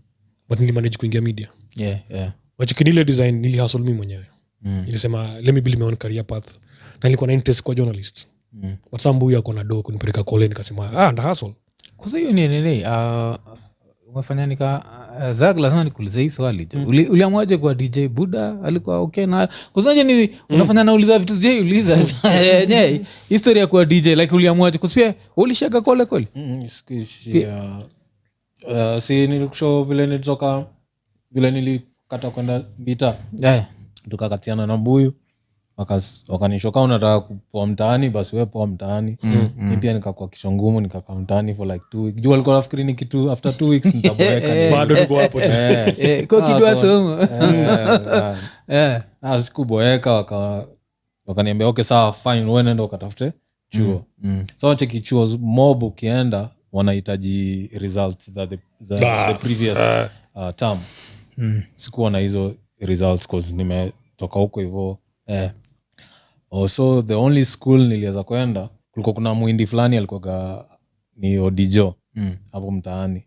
Speaker 3: but nilimanage kuingia media
Speaker 1: yeah yeah
Speaker 3: wachikinile design nilihasol mi mwenyewe
Speaker 1: mm,
Speaker 3: nilisema let me build my own career path na nilikuwa na interest kwa journalist
Speaker 1: mm.
Speaker 3: but sa mbuyu ako na do kunipeleka kole nikasema ah, nda hustle."
Speaker 1: Kwa sababu ni nini ah, umefanya nika ah, zag lazima nikuulize hii swali jo. Uli- uliamuaje kwa dj buda alikuwa okay na kuzaje ni unafanya nauliza vitu sijaiuliza Eh, yenyewe historia ya kuwa dj like uliamuaje kuspia ulishaka kole kole
Speaker 2: Mm, sikuishia. Uh, si nilikusho vile nilitoka vile nilikata kwenda mbita
Speaker 1: eh
Speaker 2: tukakatiana na mbuyu wakas- wakanisho kama unataka kupoa mtaani basi we poa mtaani
Speaker 1: Mm,
Speaker 2: mi pia nikakua kichwa ngumu nikakaa mtaani for like two weeks juu walikuwa nafikiri ni kitu after two weeks nitaboeka
Speaker 1: Eh.
Speaker 3: bado tuko hapo tu.
Speaker 2: Eh.
Speaker 1: eh kwa
Speaker 2: Ah,
Speaker 1: kidwa
Speaker 2: kwa-
Speaker 1: somo
Speaker 2: Eh, eh.
Speaker 1: eh
Speaker 2: Ah, sikuboeka waka- wakaniambia okay sawa fine we nenda ukatafute chuo
Speaker 1: mm,
Speaker 2: so cheki chuo mob ukienda wanahitaji results za the, za the
Speaker 3: Bas,
Speaker 2: previous
Speaker 3: eh,
Speaker 2: uh, term
Speaker 1: mm,
Speaker 2: sikuwa na hizo results cause nimetoka huko hivo
Speaker 1: eh
Speaker 2: oh, so the only school niliweza kwenda kulikuwa kuna mwindi fulani alikuwaga ni odijo
Speaker 1: mm,
Speaker 2: hapo mtaani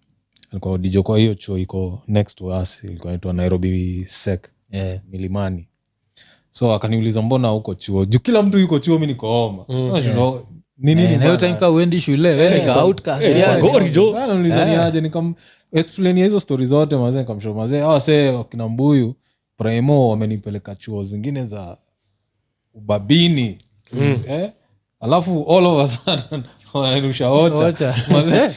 Speaker 2: alikuwa odijo kwa hiyo chuo iko next to us ilikuwa naitwa nairobi sec
Speaker 1: eh
Speaker 2: milimani so akaniuliza mbona huko chuo juu kila mtu yuko chuo mi nikooma
Speaker 3: Mm,
Speaker 1: Eh, na hiyo time ka uendi shule wewe ni ka outcast
Speaker 3: Eh,
Speaker 1: yaani.
Speaker 3: wagori. jo.
Speaker 1: Eh.
Speaker 2: niaje nikamexplania hizo stori zote mazee nikamsho mazee awase wakina oh, mbuyu primo wamenipeleka chuo zingine za ubabini
Speaker 3: Mm.
Speaker 2: eh? alafu all of a sudden wananirusha ocha
Speaker 1: Ocha.
Speaker 2: Mazee,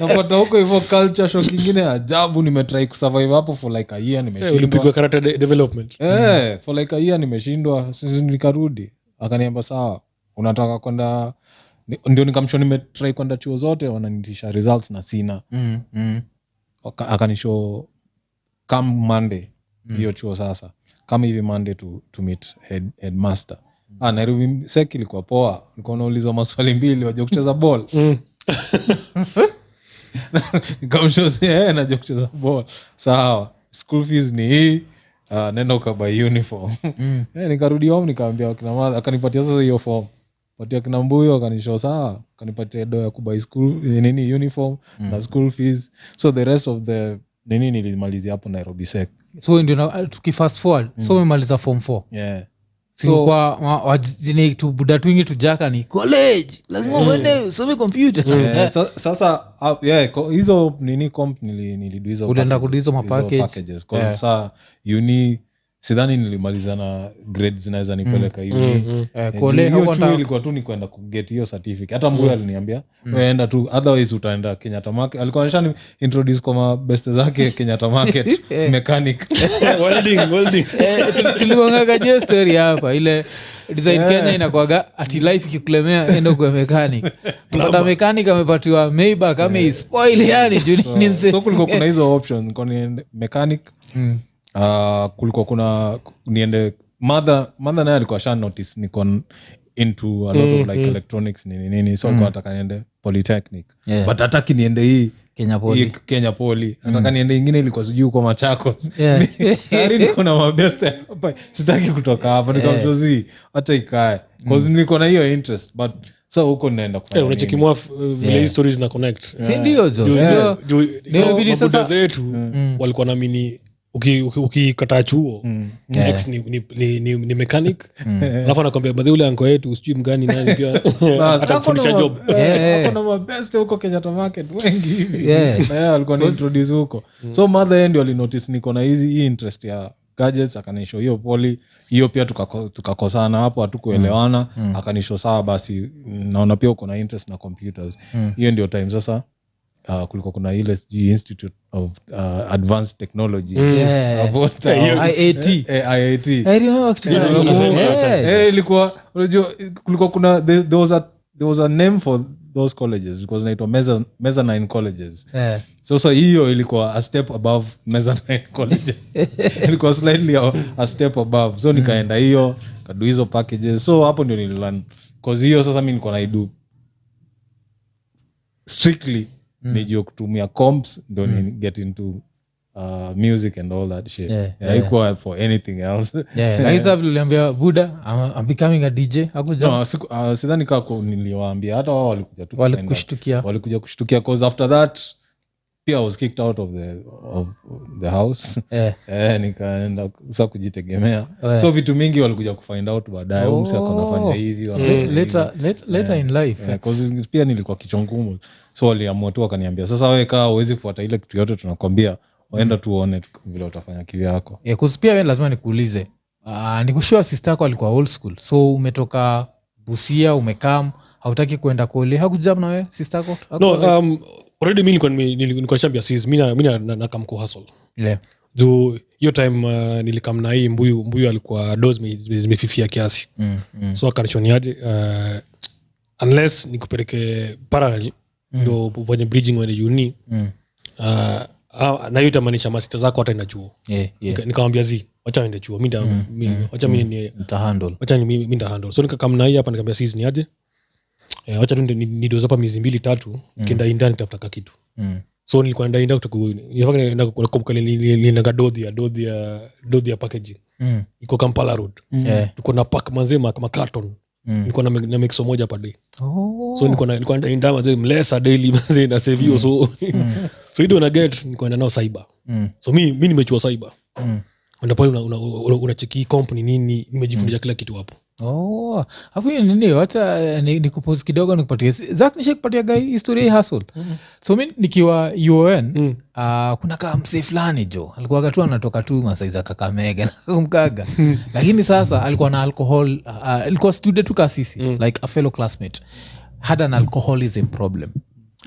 Speaker 2: napata huko hivyo culture shock ingine ajabu nimetrai kusurvive hapo for like a year
Speaker 3: eh,
Speaker 2: nimeshindwa
Speaker 3: ulipigwa karate de- development
Speaker 2: Eh, for like a year nimeshindwa sisi nikarudi akaniamba sawa unataka kwenda Ni- ndio nikamsho nimetrai kwenda chuo zote wananitisha results na sina
Speaker 1: Mm, mm,
Speaker 2: Waka- akanisho come monday
Speaker 1: Mm.
Speaker 2: hiyo chuo sasa kama hivi monday to, to meet head, headmaster ah, nairobi sek ilikuwa poa nilikuwa naulizwa maswali mbili wajua kucheza ball
Speaker 3: Mm.
Speaker 2: nikamshozia eh, najua kucheza ball sawa school fees ni hii ah, nenda ukabai uniform
Speaker 1: Mm.
Speaker 2: Eh, nikarudi home nikaambia wakina mother akanipatia sasa hiyo form patia kina mbuyo akanisho sawa akanipatia do ya kubai school eh, nini uniform
Speaker 1: Mm.
Speaker 2: na school fees so the rest of the nini nilimalizia hapo nairobi sec
Speaker 1: so ndio na- tukifast forward so umemaliza form 4
Speaker 2: yeah.
Speaker 1: so kwa wa- wajini- tu- buda twingi tujaka ni college lazima
Speaker 2: Mm.
Speaker 1: uende usome computer
Speaker 2: Eh, sa- sasa ah, yeah, ko- hizo nini comp nili- nilidu hizo
Speaker 1: Ulienda
Speaker 2: packages-
Speaker 1: kudu hizo ma
Speaker 2: hizo
Speaker 1: package.
Speaker 2: packages. 'Cause
Speaker 1: Yeah.
Speaker 2: saa uni sidhani nilimaliza na grades zinaweza nipeleka uni
Speaker 3: Mm, mm.
Speaker 1: Eh, kole
Speaker 2: Eh, juu
Speaker 1: hakuwa
Speaker 2: hiyo tu
Speaker 1: nataka-
Speaker 2: ilikuwa tu ni kwenda kuget hiyo certificate hata
Speaker 1: Mm.
Speaker 2: mbuyo aliniambia "Wewe enda tu otherwise utaenda kenyatta market alikuwa anashani introduce kwa mabeste zake kenyatta market
Speaker 1: Eh.
Speaker 2: mechanic
Speaker 3: Welding, welding.
Speaker 1: Eh, tuli- tuligongaga hiyo story hapa ile design
Speaker 2: Yeah.
Speaker 1: kenya inakwaga ati life ikikulemea enda kwa mechanic pata mechanic amepatiwa maybach ameispoil yani juu ni mse
Speaker 2: so kulikuwa kuna hizo option Nilikuwa niende mechanic
Speaker 1: Mm.
Speaker 2: uh, kulikuwa kuna niende mother mother naye alikuwa shan notice niko n- into a lot
Speaker 1: Mm,
Speaker 2: of like electronics nini nini so alikuwa nataka niende polytechnic
Speaker 1: Yeah.
Speaker 2: but hataki niende hii
Speaker 1: kenya
Speaker 2: hii
Speaker 1: poli
Speaker 2: kenya poli
Speaker 1: Mm.
Speaker 2: nataka niende ingine ilikuwa sijui huko machakos
Speaker 1: Yeah.
Speaker 2: tayari niko na mabeste hapa sitaki kutoka hapa nikamshozi hata ikae bcause niko na hiyo interest but sa huko ninaenda kufanya
Speaker 3: Eh, unacheki
Speaker 2: nini?
Speaker 3: mwaf, eh, vile hii stories zina connect
Speaker 1: si ndio zo si ndio?
Speaker 3: Juu- so,
Speaker 1: inabidi sasa- Mm.
Speaker 3: mabuda zetu walikuwa naamini uki- uki- ukikataa chuo
Speaker 2: Mm.
Speaker 3: next ni, ni, ni, ni, ni mechanic
Speaker 1: Eh, Mm.
Speaker 2: Eh,
Speaker 3: alafu anakwambia badhi ule anko yetu sijui mgani nani pia
Speaker 2: Bas,
Speaker 3: atakufundisha
Speaker 2: ako na
Speaker 3: job
Speaker 2: ma- eh,
Speaker 1: Yeah, yeah.
Speaker 2: ako na mabeste huko kenyatta market wengi hivi
Speaker 1: Yeah.
Speaker 2: Na yeye alikuwa ni introduce huko so mother yeye ndio alinotice niko na hizi hii interest ya gadgets akanisho hiyo poli hiyo pia tukako- tukakosana hapo hatukuelewana akanisho sawa basi naona pia uko na interest na computers
Speaker 1: Mm.
Speaker 2: Mm-hmm. hiyo ndio time sasa uh, kulikuwa kuna ile sijui institute of uh, advanced technology
Speaker 3: Mm.
Speaker 1: Yeah.
Speaker 2: About,
Speaker 3: Eh, hiyo-
Speaker 2: uh,
Speaker 1: IAT.
Speaker 2: eh, IIT.
Speaker 1: I remember kitu
Speaker 3: Yeah,
Speaker 1: kama-
Speaker 3: yeah,
Speaker 1: Yeah.
Speaker 3: yeah.
Speaker 2: Eh, ilikuwa unajua kulikuwa kuna there, there, was a, there was a name for those colleges ilikuwa zinaitwa meza, meza nine colleges
Speaker 1: Yeah.
Speaker 2: sasa hiyo ilikuwa a step above meza nine colleges ilikuwa slightly a, a step above so nikaenda hiyo kadu hizo packages so hapo ndio nililan cause hiyo sasa mi nilikuwa naidu strictly mm. nijue kutumia comps ndo mm. ni get into uh, music and all that shit
Speaker 1: Yeah, yeah.
Speaker 2: haikuwa for anything else
Speaker 1: Yeah, lakini sasa vile uliambia buda I'm, I'm becoming a dj hakuja
Speaker 2: No, siku- ah, sidhani kaa ku- niliwaambia hata wao walikuja tu kufanya-
Speaker 1: walikushtukia
Speaker 2: walikuja kushtukia cause after that pia I was kicked out of the, of the house
Speaker 1: Eh,
Speaker 2: eh, nikaenda sa kujitegemea
Speaker 1: Eh.
Speaker 2: so vitu mingi walikuja kufind out baadaye oh. msi
Speaker 1: Oh.
Speaker 2: akonafanya hivi wanafanya
Speaker 1: le-
Speaker 2: hivi.
Speaker 1: later- let- later in life
Speaker 2: Eh, 'cause pia nilikuwa kichwa ngumu so waliamua tu wakaniambia sasa we kaa uwezi fuata ile kitu yote tunakwambia waenda
Speaker 1: Mm.
Speaker 2: tuone vile utafanya kivyako
Speaker 1: yeah, eh, 'cause pia we lazima nikuulize uh, nikushua sista yako alikuwa old school so umetoka busia umekam hautaki kuenda kole hakujam na wewe sista yako
Speaker 3: no
Speaker 1: Hakuwa-
Speaker 3: um, already mi nilikuwa nime- nili- nilikuwa nishambia sis mi na- mi na- na- nakam kuhustle
Speaker 1: Yeah.
Speaker 3: juu hiyo time uh, nilikam na hii mbuyu mbuyu alikuwa do zime- zime- zimefifia kiasi
Speaker 1: Mm, mm.
Speaker 3: so akanishoniaje uh, unless nikupeleke parallel ndo ufanye bridging uende uni
Speaker 1: Mm.
Speaker 3: uh, ah, na hiyo itamaanisha masita zako hata ina chuo
Speaker 1: Yeah, yeah.
Speaker 3: Nika- nikawambia zi wacha ende chuo mi nda- mi- wacha mi ni-
Speaker 1: Nitahandle.
Speaker 3: wacha ni- mi- mi nda handle so nikakam na hii hapa nikambia sis ni aje eh, wacha tu nidozapa miezi mbili tatu nikienda india nitafuta ka kitu
Speaker 1: Mm.
Speaker 3: so nilikuwa naenda india kutokunaga dodhi ya dodhi ya dodhi ya packaging
Speaker 1: Mm.
Speaker 3: iko kampala road
Speaker 1: Yeah.
Speaker 3: niko na pak manzema kama carton
Speaker 1: Mm.
Speaker 3: niko na na mixo moja pa day
Speaker 1: Oh.
Speaker 3: so niko na- nilikuwa naenda india mazee mlesa daily mazee na save hiyo so so hido na get nikaenda nao cyber
Speaker 1: Mm.
Speaker 3: so mi mi nimechua cyber
Speaker 1: Mm.
Speaker 3: enda pale unacheki una, una, una unacheki company nini nimejifundisha
Speaker 1: Mm.
Speaker 3: kila kitu hapo
Speaker 1: Oh, afu hiyo nini wacha eh, ni- nikupose kidogo nikupatie zak nishe kupatia gai historia hii hustle so mi nikiwa uon
Speaker 3: Mm.
Speaker 1: ah, kuna kaa msee fulani jo alikuwaga tu anatoka tu masaiza kakamega nakumkaga lakini sasa alikuwa na alcohol ah, ah, alikuwa student tu kaa sisi like a fellow classmate had an alcoholism problem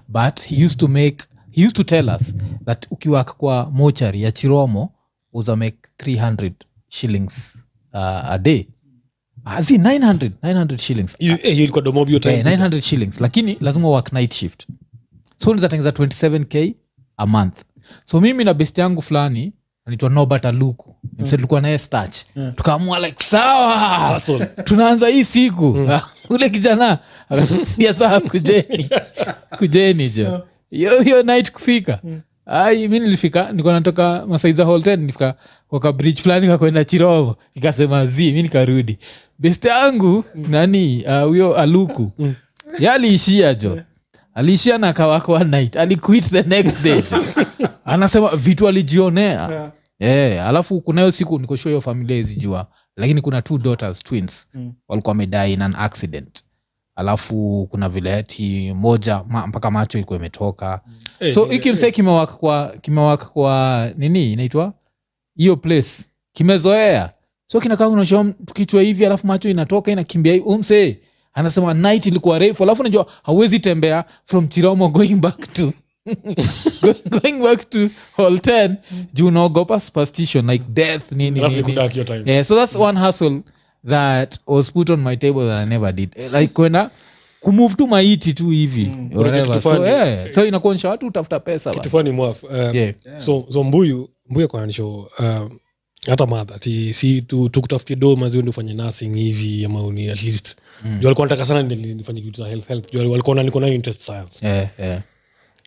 Speaker 1: but he used to make he used to tell us that ukiwa kwa mochari ya chiromo uza make 300 shillings uh, a day Ah, azi 900 900 shillings
Speaker 3: Hiyo- eh, hiyo ilikuwa domob hiyo
Speaker 1: Eh,
Speaker 3: time
Speaker 1: 900 shillings lakini lazima work night shift so nizatengeza 27k a month so mimi na best yangu fulani anaitwa nobert aluku mm. tulikuwa naye stach
Speaker 2: Yeah.
Speaker 1: tukaamua like sawa
Speaker 3: Hustle.
Speaker 1: tunaanza hii siku ule kijana akatuambia saa kujeni kujeni jo hiyo hiyo night kufika ai mi nilifika nilikuwa natoka masaiza holten nilifika waka bridge fulani kakwenda chirovo ikasema z mi nikarudi best yangu nani ah, huyo aluku ye aliishia jo aliishia na kawakwa night aliquit the next day jo anasema vitu alijionea yeah, Eh, alafu kunayo siku nikoshua hiyo familia izijua lakini kuna two daughters twins
Speaker 2: Mm.
Speaker 1: walikuwa wamedai in an accident alafu kuna vile ati moja ma, mpaka macho ilikuwa imetoka
Speaker 3: Eh,
Speaker 1: so
Speaker 3: eh,
Speaker 1: hiki msee kimewaka kwa kimewaka kwa nini inaitwa hiyo place kimezoea so kinakaa kunashoa kichwa hivi alafu macho inatoka inakimbia hivi. Huyu msee anasema night ilikuwa refu alafu najua hauwezi tembea from chiromo going back to go- going back to hall 10 juu unaogopa superstition like death nini,
Speaker 3: alafu
Speaker 1: nini. Eh.
Speaker 3: nikudark hiyo time.
Speaker 1: Yeah, so that's one hustle that was put on my table that I never did. Eh, Like kwenda kumove tu maiti tu hivi
Speaker 2: Mm.
Speaker 1: whatever.
Speaker 3: Kuna kitu
Speaker 1: so,
Speaker 3: fulani.
Speaker 1: yeah. so inakuonyesha watu utafuta pesa
Speaker 3: Kitu
Speaker 1: bana.
Speaker 3: fulani mwaf, eh,
Speaker 1: yeah.
Speaker 3: so so mbuyu mbuyu kwanisho um, hata madha ti si tu- tukutafutie do maziwe ndifanye nursing hivi ama uni at least
Speaker 1: Mm.
Speaker 3: juu walikuwa nataka sana ni- nifanye kitu za health health juu walikuwa na- niko nayo interest science
Speaker 1: Yeah, yeah.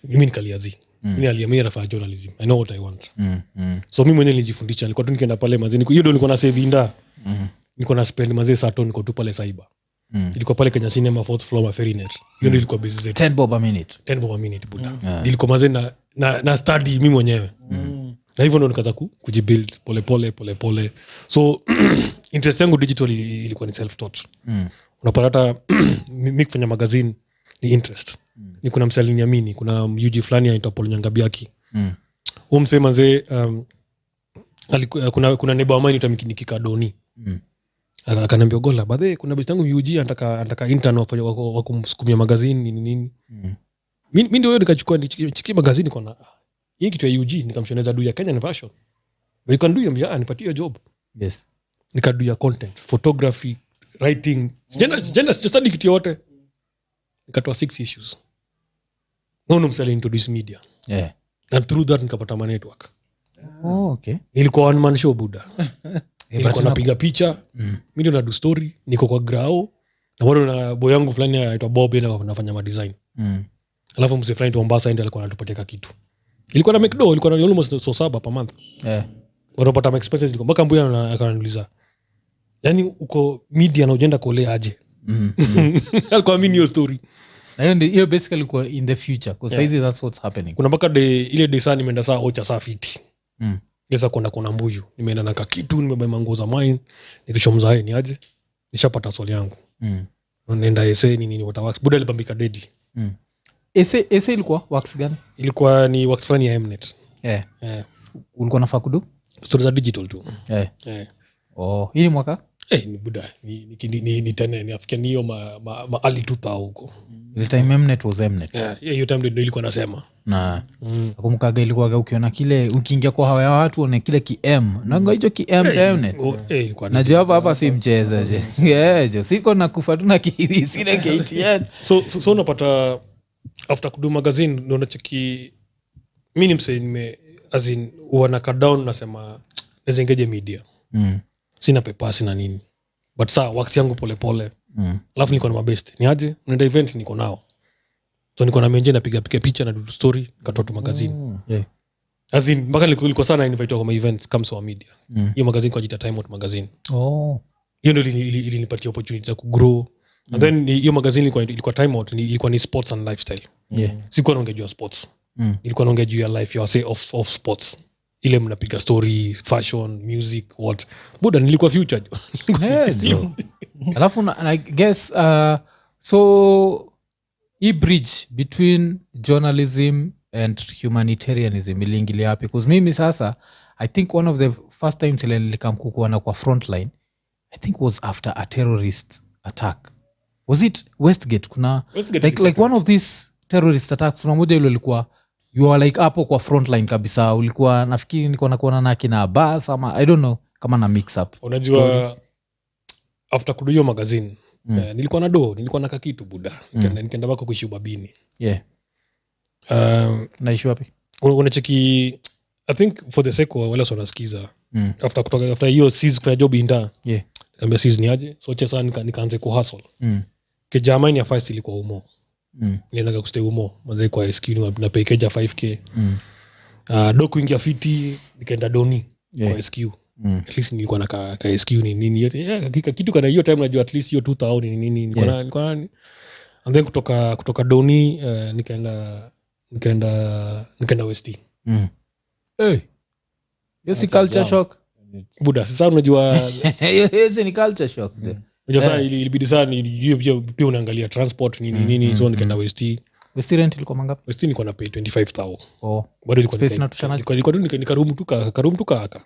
Speaker 3: mimi nikalia
Speaker 1: Mm.
Speaker 3: mimi alia mimi nafanya journalism i know what i want
Speaker 1: Mm, mm,
Speaker 3: so mimi mwenyewe nilijifundisha nilikuwa tu nikienda pale mazi niko- hiyo do niko na save inda
Speaker 1: mm,
Speaker 3: niko na spend mazi saa tano niko tu pale cyber
Speaker 1: mm.
Speaker 3: ilikuwa pale Kenya cinema fourth floor ma ferrynet hiyo ndio ilikuwa base zetu
Speaker 1: 10 bob a minute
Speaker 3: 10 bob a minute buda
Speaker 1: Yeah.
Speaker 3: nilikuwa mazi na na, na study mimi mwenyewe
Speaker 1: Mm.
Speaker 2: Mm.
Speaker 3: na hivyo ndo nikaza ku, kujibuild polepole polepole so interest yangu digital ili- ilikuwa ni self taught
Speaker 1: Mm,
Speaker 3: unapata hata mi mi kufanya magazine ni interest
Speaker 1: Mm.
Speaker 3: ni kuna msaliniamini kuna uj fulani anaitwa paul nyangabiaki
Speaker 1: mm,
Speaker 3: huu msee manzee um, aliku- eh, kuna, kuna neighbor wa mine anaitwa Miki- Nikika Doni.
Speaker 1: mm,
Speaker 3: Aka- akaniambia gola badhe kuna best yangu uj anataka anataka intern wafanye- wako- wakumsukumia magazini nini nini
Speaker 1: mm,
Speaker 3: mi mi ndio hiyo nikachukua nich- chikia magazini kona ah, hii kitu ya ug nikamshoneza du ya kenyan version you can do hiyo, ambia, ah, nipatie hiyo job
Speaker 1: yes.
Speaker 3: nikaduya content photography writing Sijaenda- sijaenda- sijastadi kitu yoyote nikatoa six issues nono msali introduce media
Speaker 1: Yeah.
Speaker 3: na through that nikapata ma network
Speaker 1: Oh,
Speaker 3: Ah.
Speaker 1: okay.
Speaker 3: nilikuwa one man show buda
Speaker 1: Eh, but
Speaker 3: nilikuwa
Speaker 1: una-
Speaker 3: napiga picha
Speaker 1: Mm,
Speaker 3: mi ndio nadu story niko kwa grao na bado na boy yangu fulani anaitwa bob yeye ndo anafanya madesign
Speaker 1: mm,
Speaker 3: alafu mzee fulani tu mombasa ndio alikuwa anatupatia ka kitu ilikuwa na mcdo ilikuwa na almost so saba per month
Speaker 1: yeah.
Speaker 3: wanapata ma expenses ilikuwa mpaka mbuya ana- akaniuliza yani uko media na ujenda kolea aje
Speaker 1: Mm, mm.
Speaker 3: alikuwa amini hiyo story
Speaker 1: Na hiyo ndi- hiyo basically kwa in the future 'cause
Speaker 3: Yeah.
Speaker 1: saizi that's what's happening
Speaker 3: kuna mpaka de ile de saa nimeenda saa ocha saa fiti
Speaker 1: Mm.
Speaker 3: lesa kwenda kona mbuyu nimeenda na kakitu nimebeba nguo za mine nikishomzae ni aje nishapata swali yangu
Speaker 1: Mm,
Speaker 3: naenda ese nini watawax buda alibambika dedi
Speaker 1: mm. Ese- ese ilikuwa wax gani
Speaker 3: ilikuwa ni wax fulani ya mnet
Speaker 1: yeah.
Speaker 3: eh,
Speaker 1: ulikuwa nafaa kudu
Speaker 3: stori za digital tu
Speaker 1: yeah.
Speaker 3: eh.
Speaker 1: oh. hii ni mwaka
Speaker 3: Eh, ni buda ni, ni, ni, ni, ni tene niafikia niyo ma, ma, ma ali tuta huko
Speaker 1: ile time mnet was mnet
Speaker 3: Eh, hiyo time ndio- ndio ilikuwa nasema Mm.
Speaker 1: na nakumbukaga ilikuwaga ukiona kile ukiingia kwa hawa ya watu one kile km nanga hicho km cha mnet
Speaker 3: Oh, eh, ilikuwa ni-
Speaker 1: najua hapa hapa si mchezo je Yeah, jo siko nakufa tu na kisile ktn
Speaker 3: so, so, so unapata after kudu magazine ndo nacheki mi ni msee nime azin wanakadown nasema nizingeje media
Speaker 1: Mm,
Speaker 3: sina pepa sina nini but saa wax yangu polepole
Speaker 1: mm,
Speaker 3: alafu niko na mabest ni aje naenda event niko nao so niko na menje napigapiga picha na dudu story katoto
Speaker 2: Mm.
Speaker 3: magazine
Speaker 1: yeah,
Speaker 3: azin mpaka nilikuwa nilikuwa sana invitiwa kwa events kama wa media
Speaker 1: mm.
Speaker 3: hiyo magazine kwa jita time out magazine
Speaker 1: Oh,
Speaker 3: hiyo ndo ilini- ili- ilinipatia opportunity za kugrow and then ni- hiyo magazine ilikuwa, ilikuwa time out ni- ilikuwa ni sports and lifestyle
Speaker 1: yeah,
Speaker 3: sikuwa naongea juu ya sports
Speaker 1: mm,
Speaker 3: ilikuwa naongea juu ya life ya wasee off, off sports ile mnapiga story fashion music what buda nilikuwa future jo.
Speaker 1: yeah, jo. alafu na- na- I guess uh, so hii bridge between journalism and humanitarianism iliingilia wapi bcause mimi sasa i think one of the first times ile nilikam kukuana kwa frontline i think was after a terrorist attack was it westgate kuna like, like one of these terrorist attacks kuna moja ilo ilikuwa you are like hapo kwa frontline kabisa ulikuwa nafikiri niko nakuona na kina abas ama i don't know kama na mix up
Speaker 3: unajua after kudu hiyo magazine
Speaker 1: Mm.
Speaker 3: eh, nilikuwa na do nilikuwa na kakitu buda
Speaker 1: Mm.
Speaker 3: Nikaenda- nikaenda bako kuishi ubabini
Speaker 1: yeah
Speaker 3: um,
Speaker 1: naishi wapi
Speaker 3: un- unacheki i think for the sake of wale wasi wanasikiza
Speaker 1: Mm.
Speaker 3: after kutoka after hiyo sis kufanya job inda
Speaker 1: Yeah.
Speaker 3: kaambia sis ni aje so chesa nika, nikaanze kuhasol
Speaker 1: Mm.
Speaker 3: kejamaini ya fast ilikuwa umo
Speaker 1: Mm.
Speaker 3: niendaga kuste umo mazee kwa sq na pekeja 5k
Speaker 1: Mm.
Speaker 3: uh, do kuingia fiti nikaenda doni
Speaker 1: Yeah.
Speaker 3: kwa sq
Speaker 1: Mm.
Speaker 3: at least nilikuwa na ka, ka sq ni nini yote yeah, hakika kitu kana hiyo time najua at least hiyo 2000 ni nini nilikuwa na- nilikuwa na- and then kutoka kutoka doni uh, nikaenda nikaenda nikaenda west
Speaker 1: Mm. Hey. hiyo si
Speaker 2: That's a
Speaker 1: culture
Speaker 2: jam.
Speaker 1: shock
Speaker 2: Mm.
Speaker 3: buda sasa unajua
Speaker 1: Hiyo- hiyo si ni culture shock the-
Speaker 3: Unajua saa
Speaker 1: Eh.
Speaker 3: ili- ilibidi saa ni- hiyo pia- pia unaangalia transport nini
Speaker 1: Mm,
Speaker 3: nini so
Speaker 1: mm,
Speaker 3: nikaenda west
Speaker 1: Westi rent ilikuwa mangapi
Speaker 3: west nilikuwa na pay 25000
Speaker 1: oh.
Speaker 3: bado ilikuwa
Speaker 1: Space
Speaker 3: nika-
Speaker 1: inatoshana?
Speaker 3: ilikuwa- ilikuwa tu nika- nikarumu tu ka- karumu tu kaaka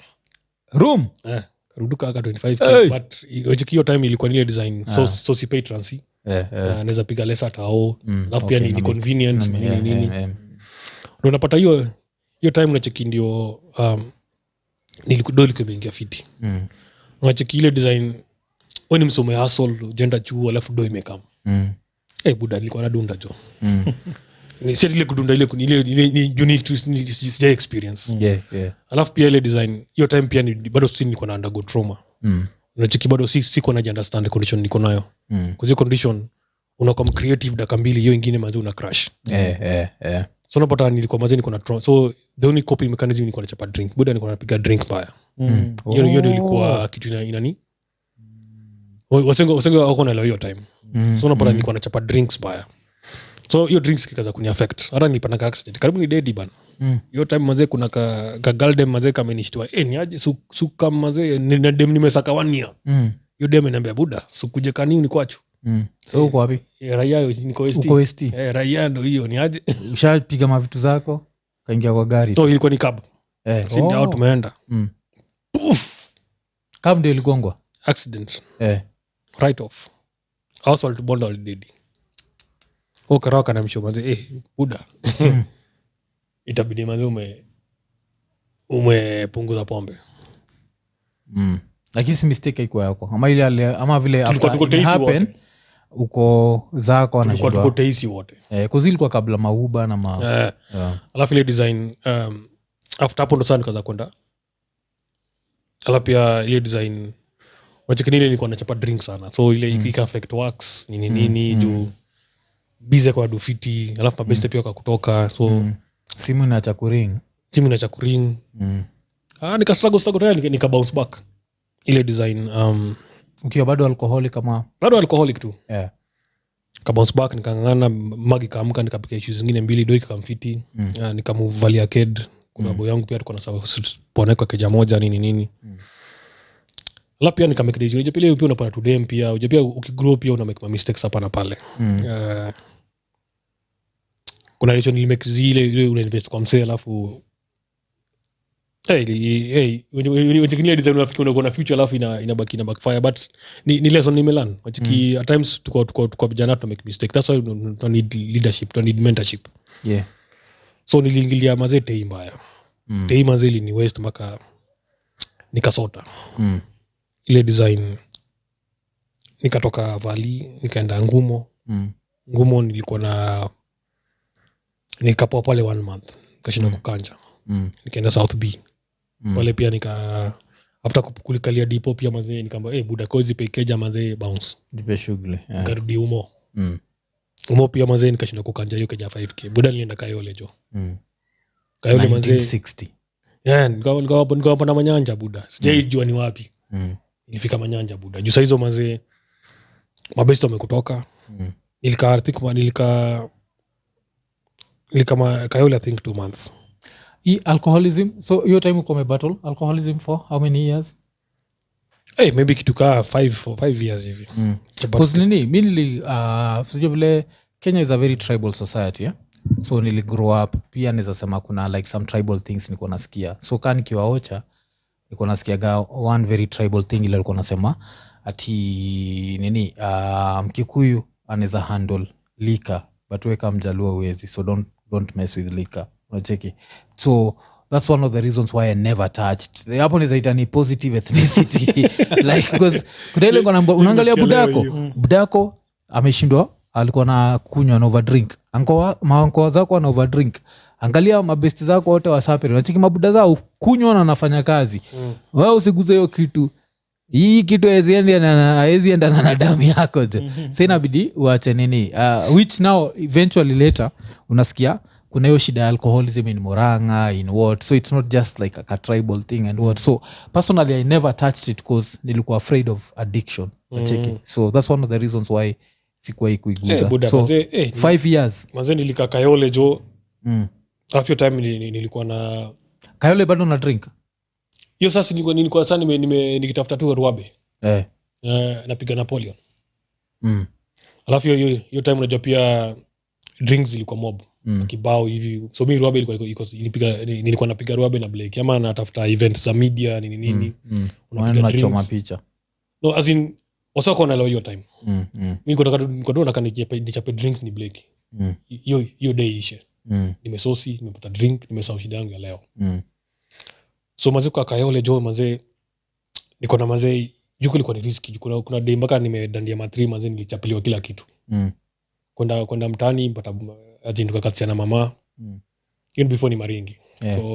Speaker 1: room
Speaker 3: eh karumu tu kaaka 25
Speaker 1: Hey.
Speaker 3: but ilojiki hiyo time ilikuwa nile design so
Speaker 1: Ah.
Speaker 3: so sipay transi
Speaker 1: eh, eh.
Speaker 3: Na naweza piga lesa tao
Speaker 1: Mm,
Speaker 3: alafu
Speaker 1: okay,
Speaker 3: pia
Speaker 1: eh,
Speaker 3: ni- ni
Speaker 1: na-
Speaker 3: convenient
Speaker 1: na-
Speaker 3: nini
Speaker 1: yeah,
Speaker 3: nini
Speaker 1: yeah, yeah.
Speaker 3: Ndio unapata hiyo hiyo time unacheki ndio um, niliku- do ilikuwa imeingia fiti
Speaker 1: Mm,
Speaker 3: unacheki ile design we ni msomo ya hustle ujaenda chuo alafu do imekam
Speaker 1: mm,
Speaker 3: eh buda nilikuwa nadunda jo
Speaker 1: mm.
Speaker 3: Ni- si ati ile kudunda ile kun- ile- ile- ni- ju- ni- tu- ni- si- sija experience
Speaker 1: Yeah, yeah.
Speaker 3: alafu pia ile design hiyo time pia ni, bado si niko na undergo trauma
Speaker 1: Mm,
Speaker 3: unachiki bado si siko naji understand condition niko nayo
Speaker 1: mm.
Speaker 3: kuzio condition unakuwa creative dakika mbili hiyo ingine mazi una crash
Speaker 1: Eh, eh, eh.
Speaker 3: so unapata nilikuwa mazi niko na trauma so the only coping mechanism nilikuwa nachapa drink buda nilikuwa napiga drink mbaya
Speaker 1: Mm.
Speaker 3: hiyo hiyo ndio
Speaker 1: Oh.
Speaker 3: ilikuwa kitu ina- inani Wa- wasenga wasenga wako naelewa hiyo time
Speaker 1: Mm,
Speaker 3: so unapata
Speaker 1: mm.
Speaker 3: nilikuwa nachapa drinks mbaya so hiyo drinks kikaza kuniaffect hata nilipata accident karibu ni dead bana
Speaker 1: Mm.
Speaker 3: hiyo time mazee kuna ka, ka galdem mazee kamenishtua e, ni aje su- suka mazee ni- na dem nimesaka one year
Speaker 1: Mm,
Speaker 3: hiyo dem inaambia buda sukuje kaniuni kwacho
Speaker 1: mm. so uko wapi
Speaker 3: Eh, raia niko ST.
Speaker 1: uko westi
Speaker 3: Eh, raia ndo hiyo ni aje
Speaker 1: ushapiga mavitu zako kaingia kwa gari
Speaker 3: so ilikuwa ni kab
Speaker 1: Eh,
Speaker 3: sindi
Speaker 1: oh.
Speaker 3: au tumeenda
Speaker 1: Mm.
Speaker 3: Poof!
Speaker 1: Kab ndio iligongwa
Speaker 3: accident
Speaker 1: Eh.
Speaker 3: right off household bond already okarawa kanamsho mazee eh, buda
Speaker 1: Mm.
Speaker 3: itabidi mazee ume umepunguza pombe
Speaker 1: Mm. lakini si mistake haikuwa yako ama ile ale- ama vile after
Speaker 3: tulikuwa tuko
Speaker 1: it
Speaker 3: teisi
Speaker 1: happened,
Speaker 3: wote
Speaker 1: uko zako
Speaker 3: tulikuwa tuko
Speaker 1: anashindwa
Speaker 3: teisi wote
Speaker 1: eh, kuzi ilikuwa kabla mauba na ma
Speaker 3: Eh.
Speaker 1: yeah.
Speaker 3: alafu ile design um, after hapo ndo saa nikaanza kwenda alafu pia ile design unachekini ile nilikuwa nachapa drink sana so ile
Speaker 1: Mm.
Speaker 3: mm. ika affect works nini
Speaker 1: Mm, mm.
Speaker 3: nini mm. juu bize kwa dufiti alafu mabeste pia kakutoka so
Speaker 1: mm. simu inaacha kuring
Speaker 3: timu inacha kuring
Speaker 1: mm.
Speaker 3: ah, nika struggle struggle tena nika, nika bounce back ile design um,
Speaker 1: ukiwa bado alkoholi kama
Speaker 3: bado alcoholic tu
Speaker 1: yeah.
Speaker 3: Nika bounce back nikangangana magi kaamka nikapiga ishu zingine mbili doi kikamfiti
Speaker 1: Mm.
Speaker 3: Ah, nikamuvalia ked kuna
Speaker 1: Mm.
Speaker 3: mm. yangu pia tuko nasaponekwa keja moja nini nini
Speaker 1: Mm.
Speaker 3: la pia nikamekdejunja pia leo pia unapata tudem pia uja pia ukigrow pia unamake mistakes hapa na pale
Speaker 1: mm.
Speaker 3: uh, kuna licho nilimake zile ile unainvest kwa msee alafu Hey, li- hey, wenye- wenye- wenye kile design unafikiri unakuwa na future alafu ina- inabaki ina backfire but ni, ni lesson nimelearn wachiki
Speaker 1: Mm.
Speaker 3: at times tuko tuko tuko vijana tuna make mistake that's why tuna tuna need leadership tuna need mentorship
Speaker 1: yeah.
Speaker 3: so niliingilia mazee tei mbaya
Speaker 1: mm.
Speaker 3: tei mazee ili ni waste mpaka nikasota
Speaker 1: mm.
Speaker 3: ile design nikatoka vali nikaenda ngumo
Speaker 1: mm.
Speaker 3: ngumo nilikuwa na nikapoa pale one month nikashinda
Speaker 1: Mm.
Speaker 3: kukanja
Speaker 1: mm.
Speaker 3: nikaenda south b
Speaker 1: mm.
Speaker 3: pale pia nika after kup- kulikalia dipo pia mazee nikaamba hey, buda kozi pekeja mazee bounce
Speaker 1: jipe shughuli yeah.
Speaker 3: nikarudi umo
Speaker 1: Eh. mm.
Speaker 3: umo pia mazee nikashinda kukanja hiyo keja 5k buda nilienda kayole jo
Speaker 1: mm.
Speaker 3: kayole mazee
Speaker 1: 1960
Speaker 3: yeah, nikawa- nikawa- nikawapanda manyanja buda sijaijua ni wapi
Speaker 1: mm.
Speaker 3: ilifika manyanja buda juu sahizo mazee mabesti wamekutoka
Speaker 1: mm.
Speaker 3: nilika I think ma- nilika nilikama kayole i think two months
Speaker 1: Hii alcoholism so hiyo time uko umebattle alcoholism for how many years
Speaker 3: hey, Eh, maybe kitu kaa five, five years hivi
Speaker 1: mm.
Speaker 3: Chapati.
Speaker 1: Cause nini mi nili uh, sijua vile kenya is a very tribal society yeah? so nili grow up pia naweza sema kuna like some tribal things niko nasikia so kaa nikiwaocha niko nasikiaga one very tribal thing ile alikuwa nasema ati nini uh, mkikuyu anaweza handle lika but weka mjalua uwezi so don't, don't mess with lika unacheki so that's one of the reasons why i never touched hapo nizaita ni positive ethnicity like because kuna ile kwa namba- unaangalia
Speaker 3: Nimesikia leo
Speaker 1: budako
Speaker 3: hiyo.
Speaker 1: budako ameshindwa alikuwa na kunywa na overdrink Anko wa- maankoa zako ana overdrink angalia mabesti zako wote wasaperi nachiki mabuda zao kunywa na anafanya kazi
Speaker 3: Mm.
Speaker 1: wewe usiguze hiyo kitu hii kitu aezienda na damu yako jo sa inabidi uache nini uh, which now eventually later unasikia kuna hiyo shida ya alcoholism in moranga in what so it's not just like a tribal thing and what so personally i never touched it cause nilikuwa afraid of addiction mm. so that's one of the reasons why sikuwai kuiguza
Speaker 3: Eh, buda,
Speaker 1: so
Speaker 3: mazee, eh,
Speaker 1: five years
Speaker 3: mazee nilikaa kayole jo
Speaker 1: mm.
Speaker 3: afyo time nili- nili- nilikuwa na
Speaker 1: kayole bado na drink
Speaker 3: hiyo sasa nilikuwa, nilikuwa saa nime, nime, nikitafuta tu ruabe
Speaker 1: eh.
Speaker 3: eh, napiga napoleon
Speaker 1: mm.
Speaker 3: alafu hiyo- hiyo hiyo time unajua pia drinks ilikuwa mob
Speaker 1: Mm.
Speaker 3: kibao hivi so mi ruabe ilikuwa, iko- iko- ilipiga- ni- nilikuwa napiga ruabe na blake ama natafuta event za media nini nini
Speaker 1: Mm. Mm.
Speaker 3: unapiga
Speaker 1: Unaenda unachoma
Speaker 3: drinks.
Speaker 1: picha
Speaker 3: no as in wasako wanaelewa hiyo time
Speaker 1: mm. Mm.
Speaker 3: mi niko nataka tu- niko tu nataka nichape- nichape drinks ni blake
Speaker 1: Mm.
Speaker 3: hiyo hiyo day ishe
Speaker 1: Mm.
Speaker 3: nimesosi nimepata drink nimesahau shida yangu ya leo
Speaker 1: Mm.
Speaker 3: so mazee kwa kayole jo mazee niko na mazee juku ilikuwa ni riski kuna, kuna dei mpaka nimedandia mathri mazee nilichapiliwa kila kitu
Speaker 1: Mm.
Speaker 3: kwenda kwenda mtaani mpata azintukakasiana mama
Speaker 1: Mm.
Speaker 3: hiyo ni before ni maringi
Speaker 1: Yeah.
Speaker 3: so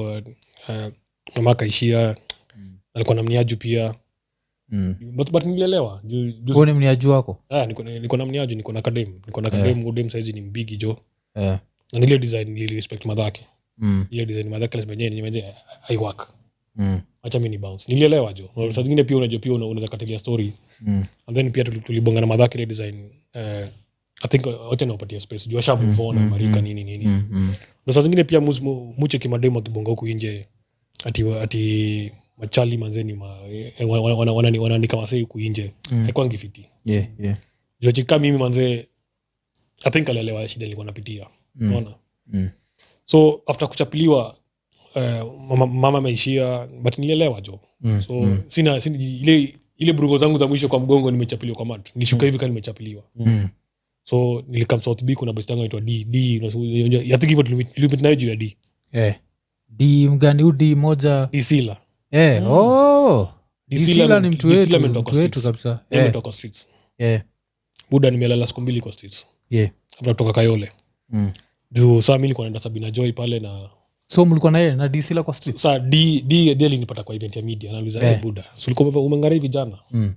Speaker 3: uh, mama akaishia
Speaker 1: Mm.
Speaker 3: alikuwa na mniaju pia
Speaker 1: Mm.
Speaker 3: but, but nilielewa Ju- ju-
Speaker 1: Wewe ni mniaju wako
Speaker 3: ah, niko na- niko na mniaju niko na kadem niko na
Speaker 1: Yeah.
Speaker 3: kadem udem saizi ni mbigi jo
Speaker 1: eh.
Speaker 3: na nilio design nilirespect madhake
Speaker 1: mm.
Speaker 3: ile design madhake lazima yenyewe yenyewe haiwork
Speaker 1: Mm.
Speaker 3: acha mi ni bounce nilielewa jo saa zingine pia unajua pia una- unaweza katilia story
Speaker 1: Mm.
Speaker 3: and then pia tuli- tulibongana madhake ile design eh, i think uh, wacha niwapatia space juu asha move on
Speaker 1: mm,
Speaker 3: amarika
Speaker 1: mm.
Speaker 3: nini nini
Speaker 1: Mm. Mm.
Speaker 3: na saa zingine pia mus- mu- muche kimademu akibonga huku nje ati ati machali manzeni ma, eh, wana- wana- wana- wanani- wanaandika wasee huku nje
Speaker 1: Mm.
Speaker 3: haikwangi fiti
Speaker 1: Yeah, yeah.
Speaker 3: jochika mimi manzee i think alielewa shida ilikuwa napitia
Speaker 1: Mm.
Speaker 3: unaona
Speaker 1: Mm.
Speaker 3: so after kuchapiliwa eh, mama- mama ameishia but nilielewa jo
Speaker 1: Mm.
Speaker 3: so
Speaker 1: Mm.
Speaker 3: sina, sina ile ile burugo zangu za mwisho kwa mgongo nimechapiliwa kwa mat nilishuka hivi kama nimechapiliwa
Speaker 1: Mm.
Speaker 3: so nilikam south b kuna best yangu inaitwa d d unajua- i think hivyo tulipit tulipit nayo juu ya d
Speaker 1: Eh. d mgani u d moja
Speaker 3: d sila
Speaker 1: eh.
Speaker 2: Mm.
Speaker 1: oh.
Speaker 3: D.
Speaker 1: D
Speaker 3: Sila
Speaker 1: Sila
Speaker 3: ame-
Speaker 1: ni mtu
Speaker 3: D. Sila
Speaker 1: wetu,
Speaker 3: ametoka
Speaker 1: mtu wetu
Speaker 3: States.
Speaker 1: kabisa
Speaker 3: yeah.
Speaker 1: Eh,
Speaker 3: nimetoka streets
Speaker 1: eh.
Speaker 3: buda nimelala siku mbili kwa streets
Speaker 1: Yeah.
Speaker 3: hapa kutoka kayole
Speaker 1: Mm.
Speaker 3: juu saa mi nilikuwa naenda sabina joy pale na
Speaker 1: so mlikuwa naye na disila kwa street
Speaker 3: saa d d d alinipata kwa event ya media anauliza
Speaker 1: Yeah.
Speaker 3: yeah. buda so ulikuwa umeva- umeng'ara hivi jana
Speaker 1: mm.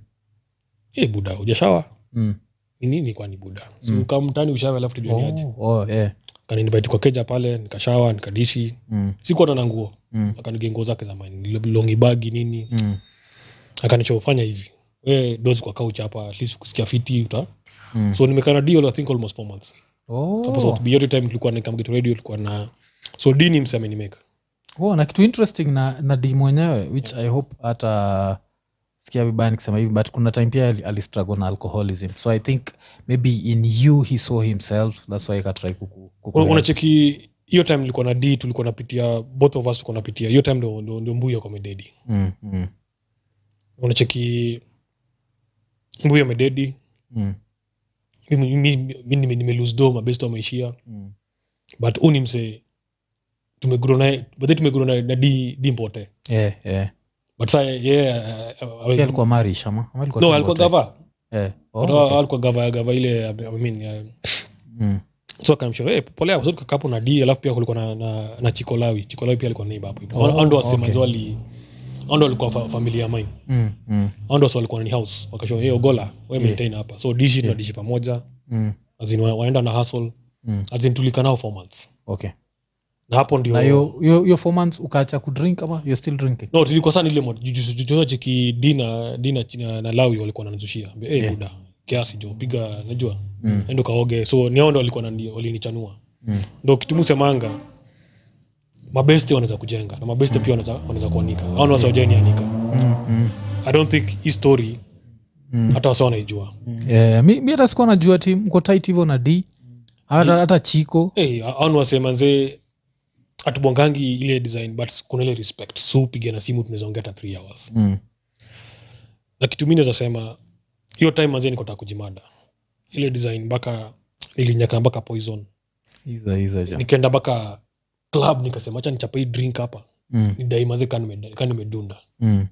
Speaker 3: hey, buda hujashawa
Speaker 1: Mm.
Speaker 3: ni nini kwani buda so
Speaker 1: Mm.
Speaker 3: mm. kamtani ushawa alafu tujuani aje
Speaker 1: Oh, oh, eh.
Speaker 3: kaninvite kwa keja pale nikashawa nikadishi
Speaker 1: Mm.
Speaker 3: sikuwa na nguo
Speaker 1: Mm.
Speaker 3: akanigia nguo zake zamani longibagi nini
Speaker 1: Mm.
Speaker 3: akanichofanya hivi we dozi kwa kauch hapa at least kusikia fiti uta
Speaker 1: Mm.
Speaker 3: so nimekana deal i think almost four months hapo
Speaker 1: Oh.
Speaker 3: South Bay, yote time tulikuwa na Kamgeto radio tulikuwa na so d ni msame nimeka
Speaker 1: Oh, na kitu interesting na, na d mwenyewe which i hope hata sikia vibaya nikisema hivi but kuna time pia ali- alistruggle na alcoholism so i think maybe in you he saw himself thats why katrai kuku, kuku
Speaker 3: Un- unacheki hiyo time nilikuwa na d tulikuwa napitia both of us tulikuwa napitia hiyo time ndo, ndo, ndo mbuyu ako mededi
Speaker 1: mm, mm,
Speaker 3: unacheki mbuyu amededi
Speaker 1: mm,
Speaker 3: mi mi- mi- nime- nimelose do mabesto ameishia
Speaker 1: mm,
Speaker 3: but huu ni mse tumegrow naye but tumegrow na, na d, d mpote
Speaker 1: yeah, yeah.
Speaker 3: but saa yeye uh, uh,
Speaker 1: Eh, Pia alikuwa marish ama ama alikuwa
Speaker 3: no
Speaker 1: tu
Speaker 3: alikuwa
Speaker 1: mbote?
Speaker 3: gava
Speaker 1: Eh, oh,
Speaker 3: Ata-
Speaker 1: okay.
Speaker 3: alikuwa gava gava ile I mean, eh,
Speaker 1: Mm,
Speaker 3: so akamsha hey, polea so tukakapo na d alafu pia kulikuwa na, na, na chikolawi chikolawi pia alikuwa neiba hapo
Speaker 1: Oh,
Speaker 3: oh, ando wasemazi
Speaker 1: okay.
Speaker 3: wali ando alikuwa fa, familia ya mine
Speaker 1: mm, mm,
Speaker 3: ando wasi walikuwa ni house wakasho hey, ogola we
Speaker 1: Yeah.
Speaker 3: maintain hapa so dishi tunadishi pamoja
Speaker 1: mm,
Speaker 3: azin wanaenda na hustle
Speaker 1: mm,
Speaker 3: azin tulika nao four months
Speaker 1: okay.
Speaker 3: na hapo ndio
Speaker 1: na hiyo- hiyo hiyo four months ukaacha kudrink ama you're still drinking
Speaker 3: no tulikuwa sana ile moto cheki dina dina china na lawi walikuwa wananizushia Ambia, hey,
Speaker 1: Yeah.
Speaker 3: buda kiasi jo piga najua
Speaker 1: Mm.
Speaker 3: endo kaoge so niao ndo walikuwa wanani- walinichanua
Speaker 1: Mm.
Speaker 3: ndo kitumusemanga mabeste wanaweza kujenga na mabeste pia wanaweza- wanaweza kuanika au nawasa wajainianika
Speaker 1: mm, mm,
Speaker 3: i don't think hii story
Speaker 1: mm.
Speaker 3: hata wasa wanaijua
Speaker 1: Yeah, mi mi hata sikuwa najua ti mko tit hivyo na d hata hata chiko
Speaker 3: hey, au niwasee manzee atubongangi ile design but kuna ile respect so piga na simu tunaweza ongea hata three hours
Speaker 1: mm.
Speaker 3: na kitu mi naweza sema hiyo time manzee nikotaka kujimada ile design mpaka nilinyaka mpaka poison
Speaker 1: Iza, iza, ja.
Speaker 3: nikaenda mpaka club nikasema acha nichape hii drink hapa
Speaker 1: Mm,
Speaker 3: nidai mazee kaa nimedunda
Speaker 1: mm,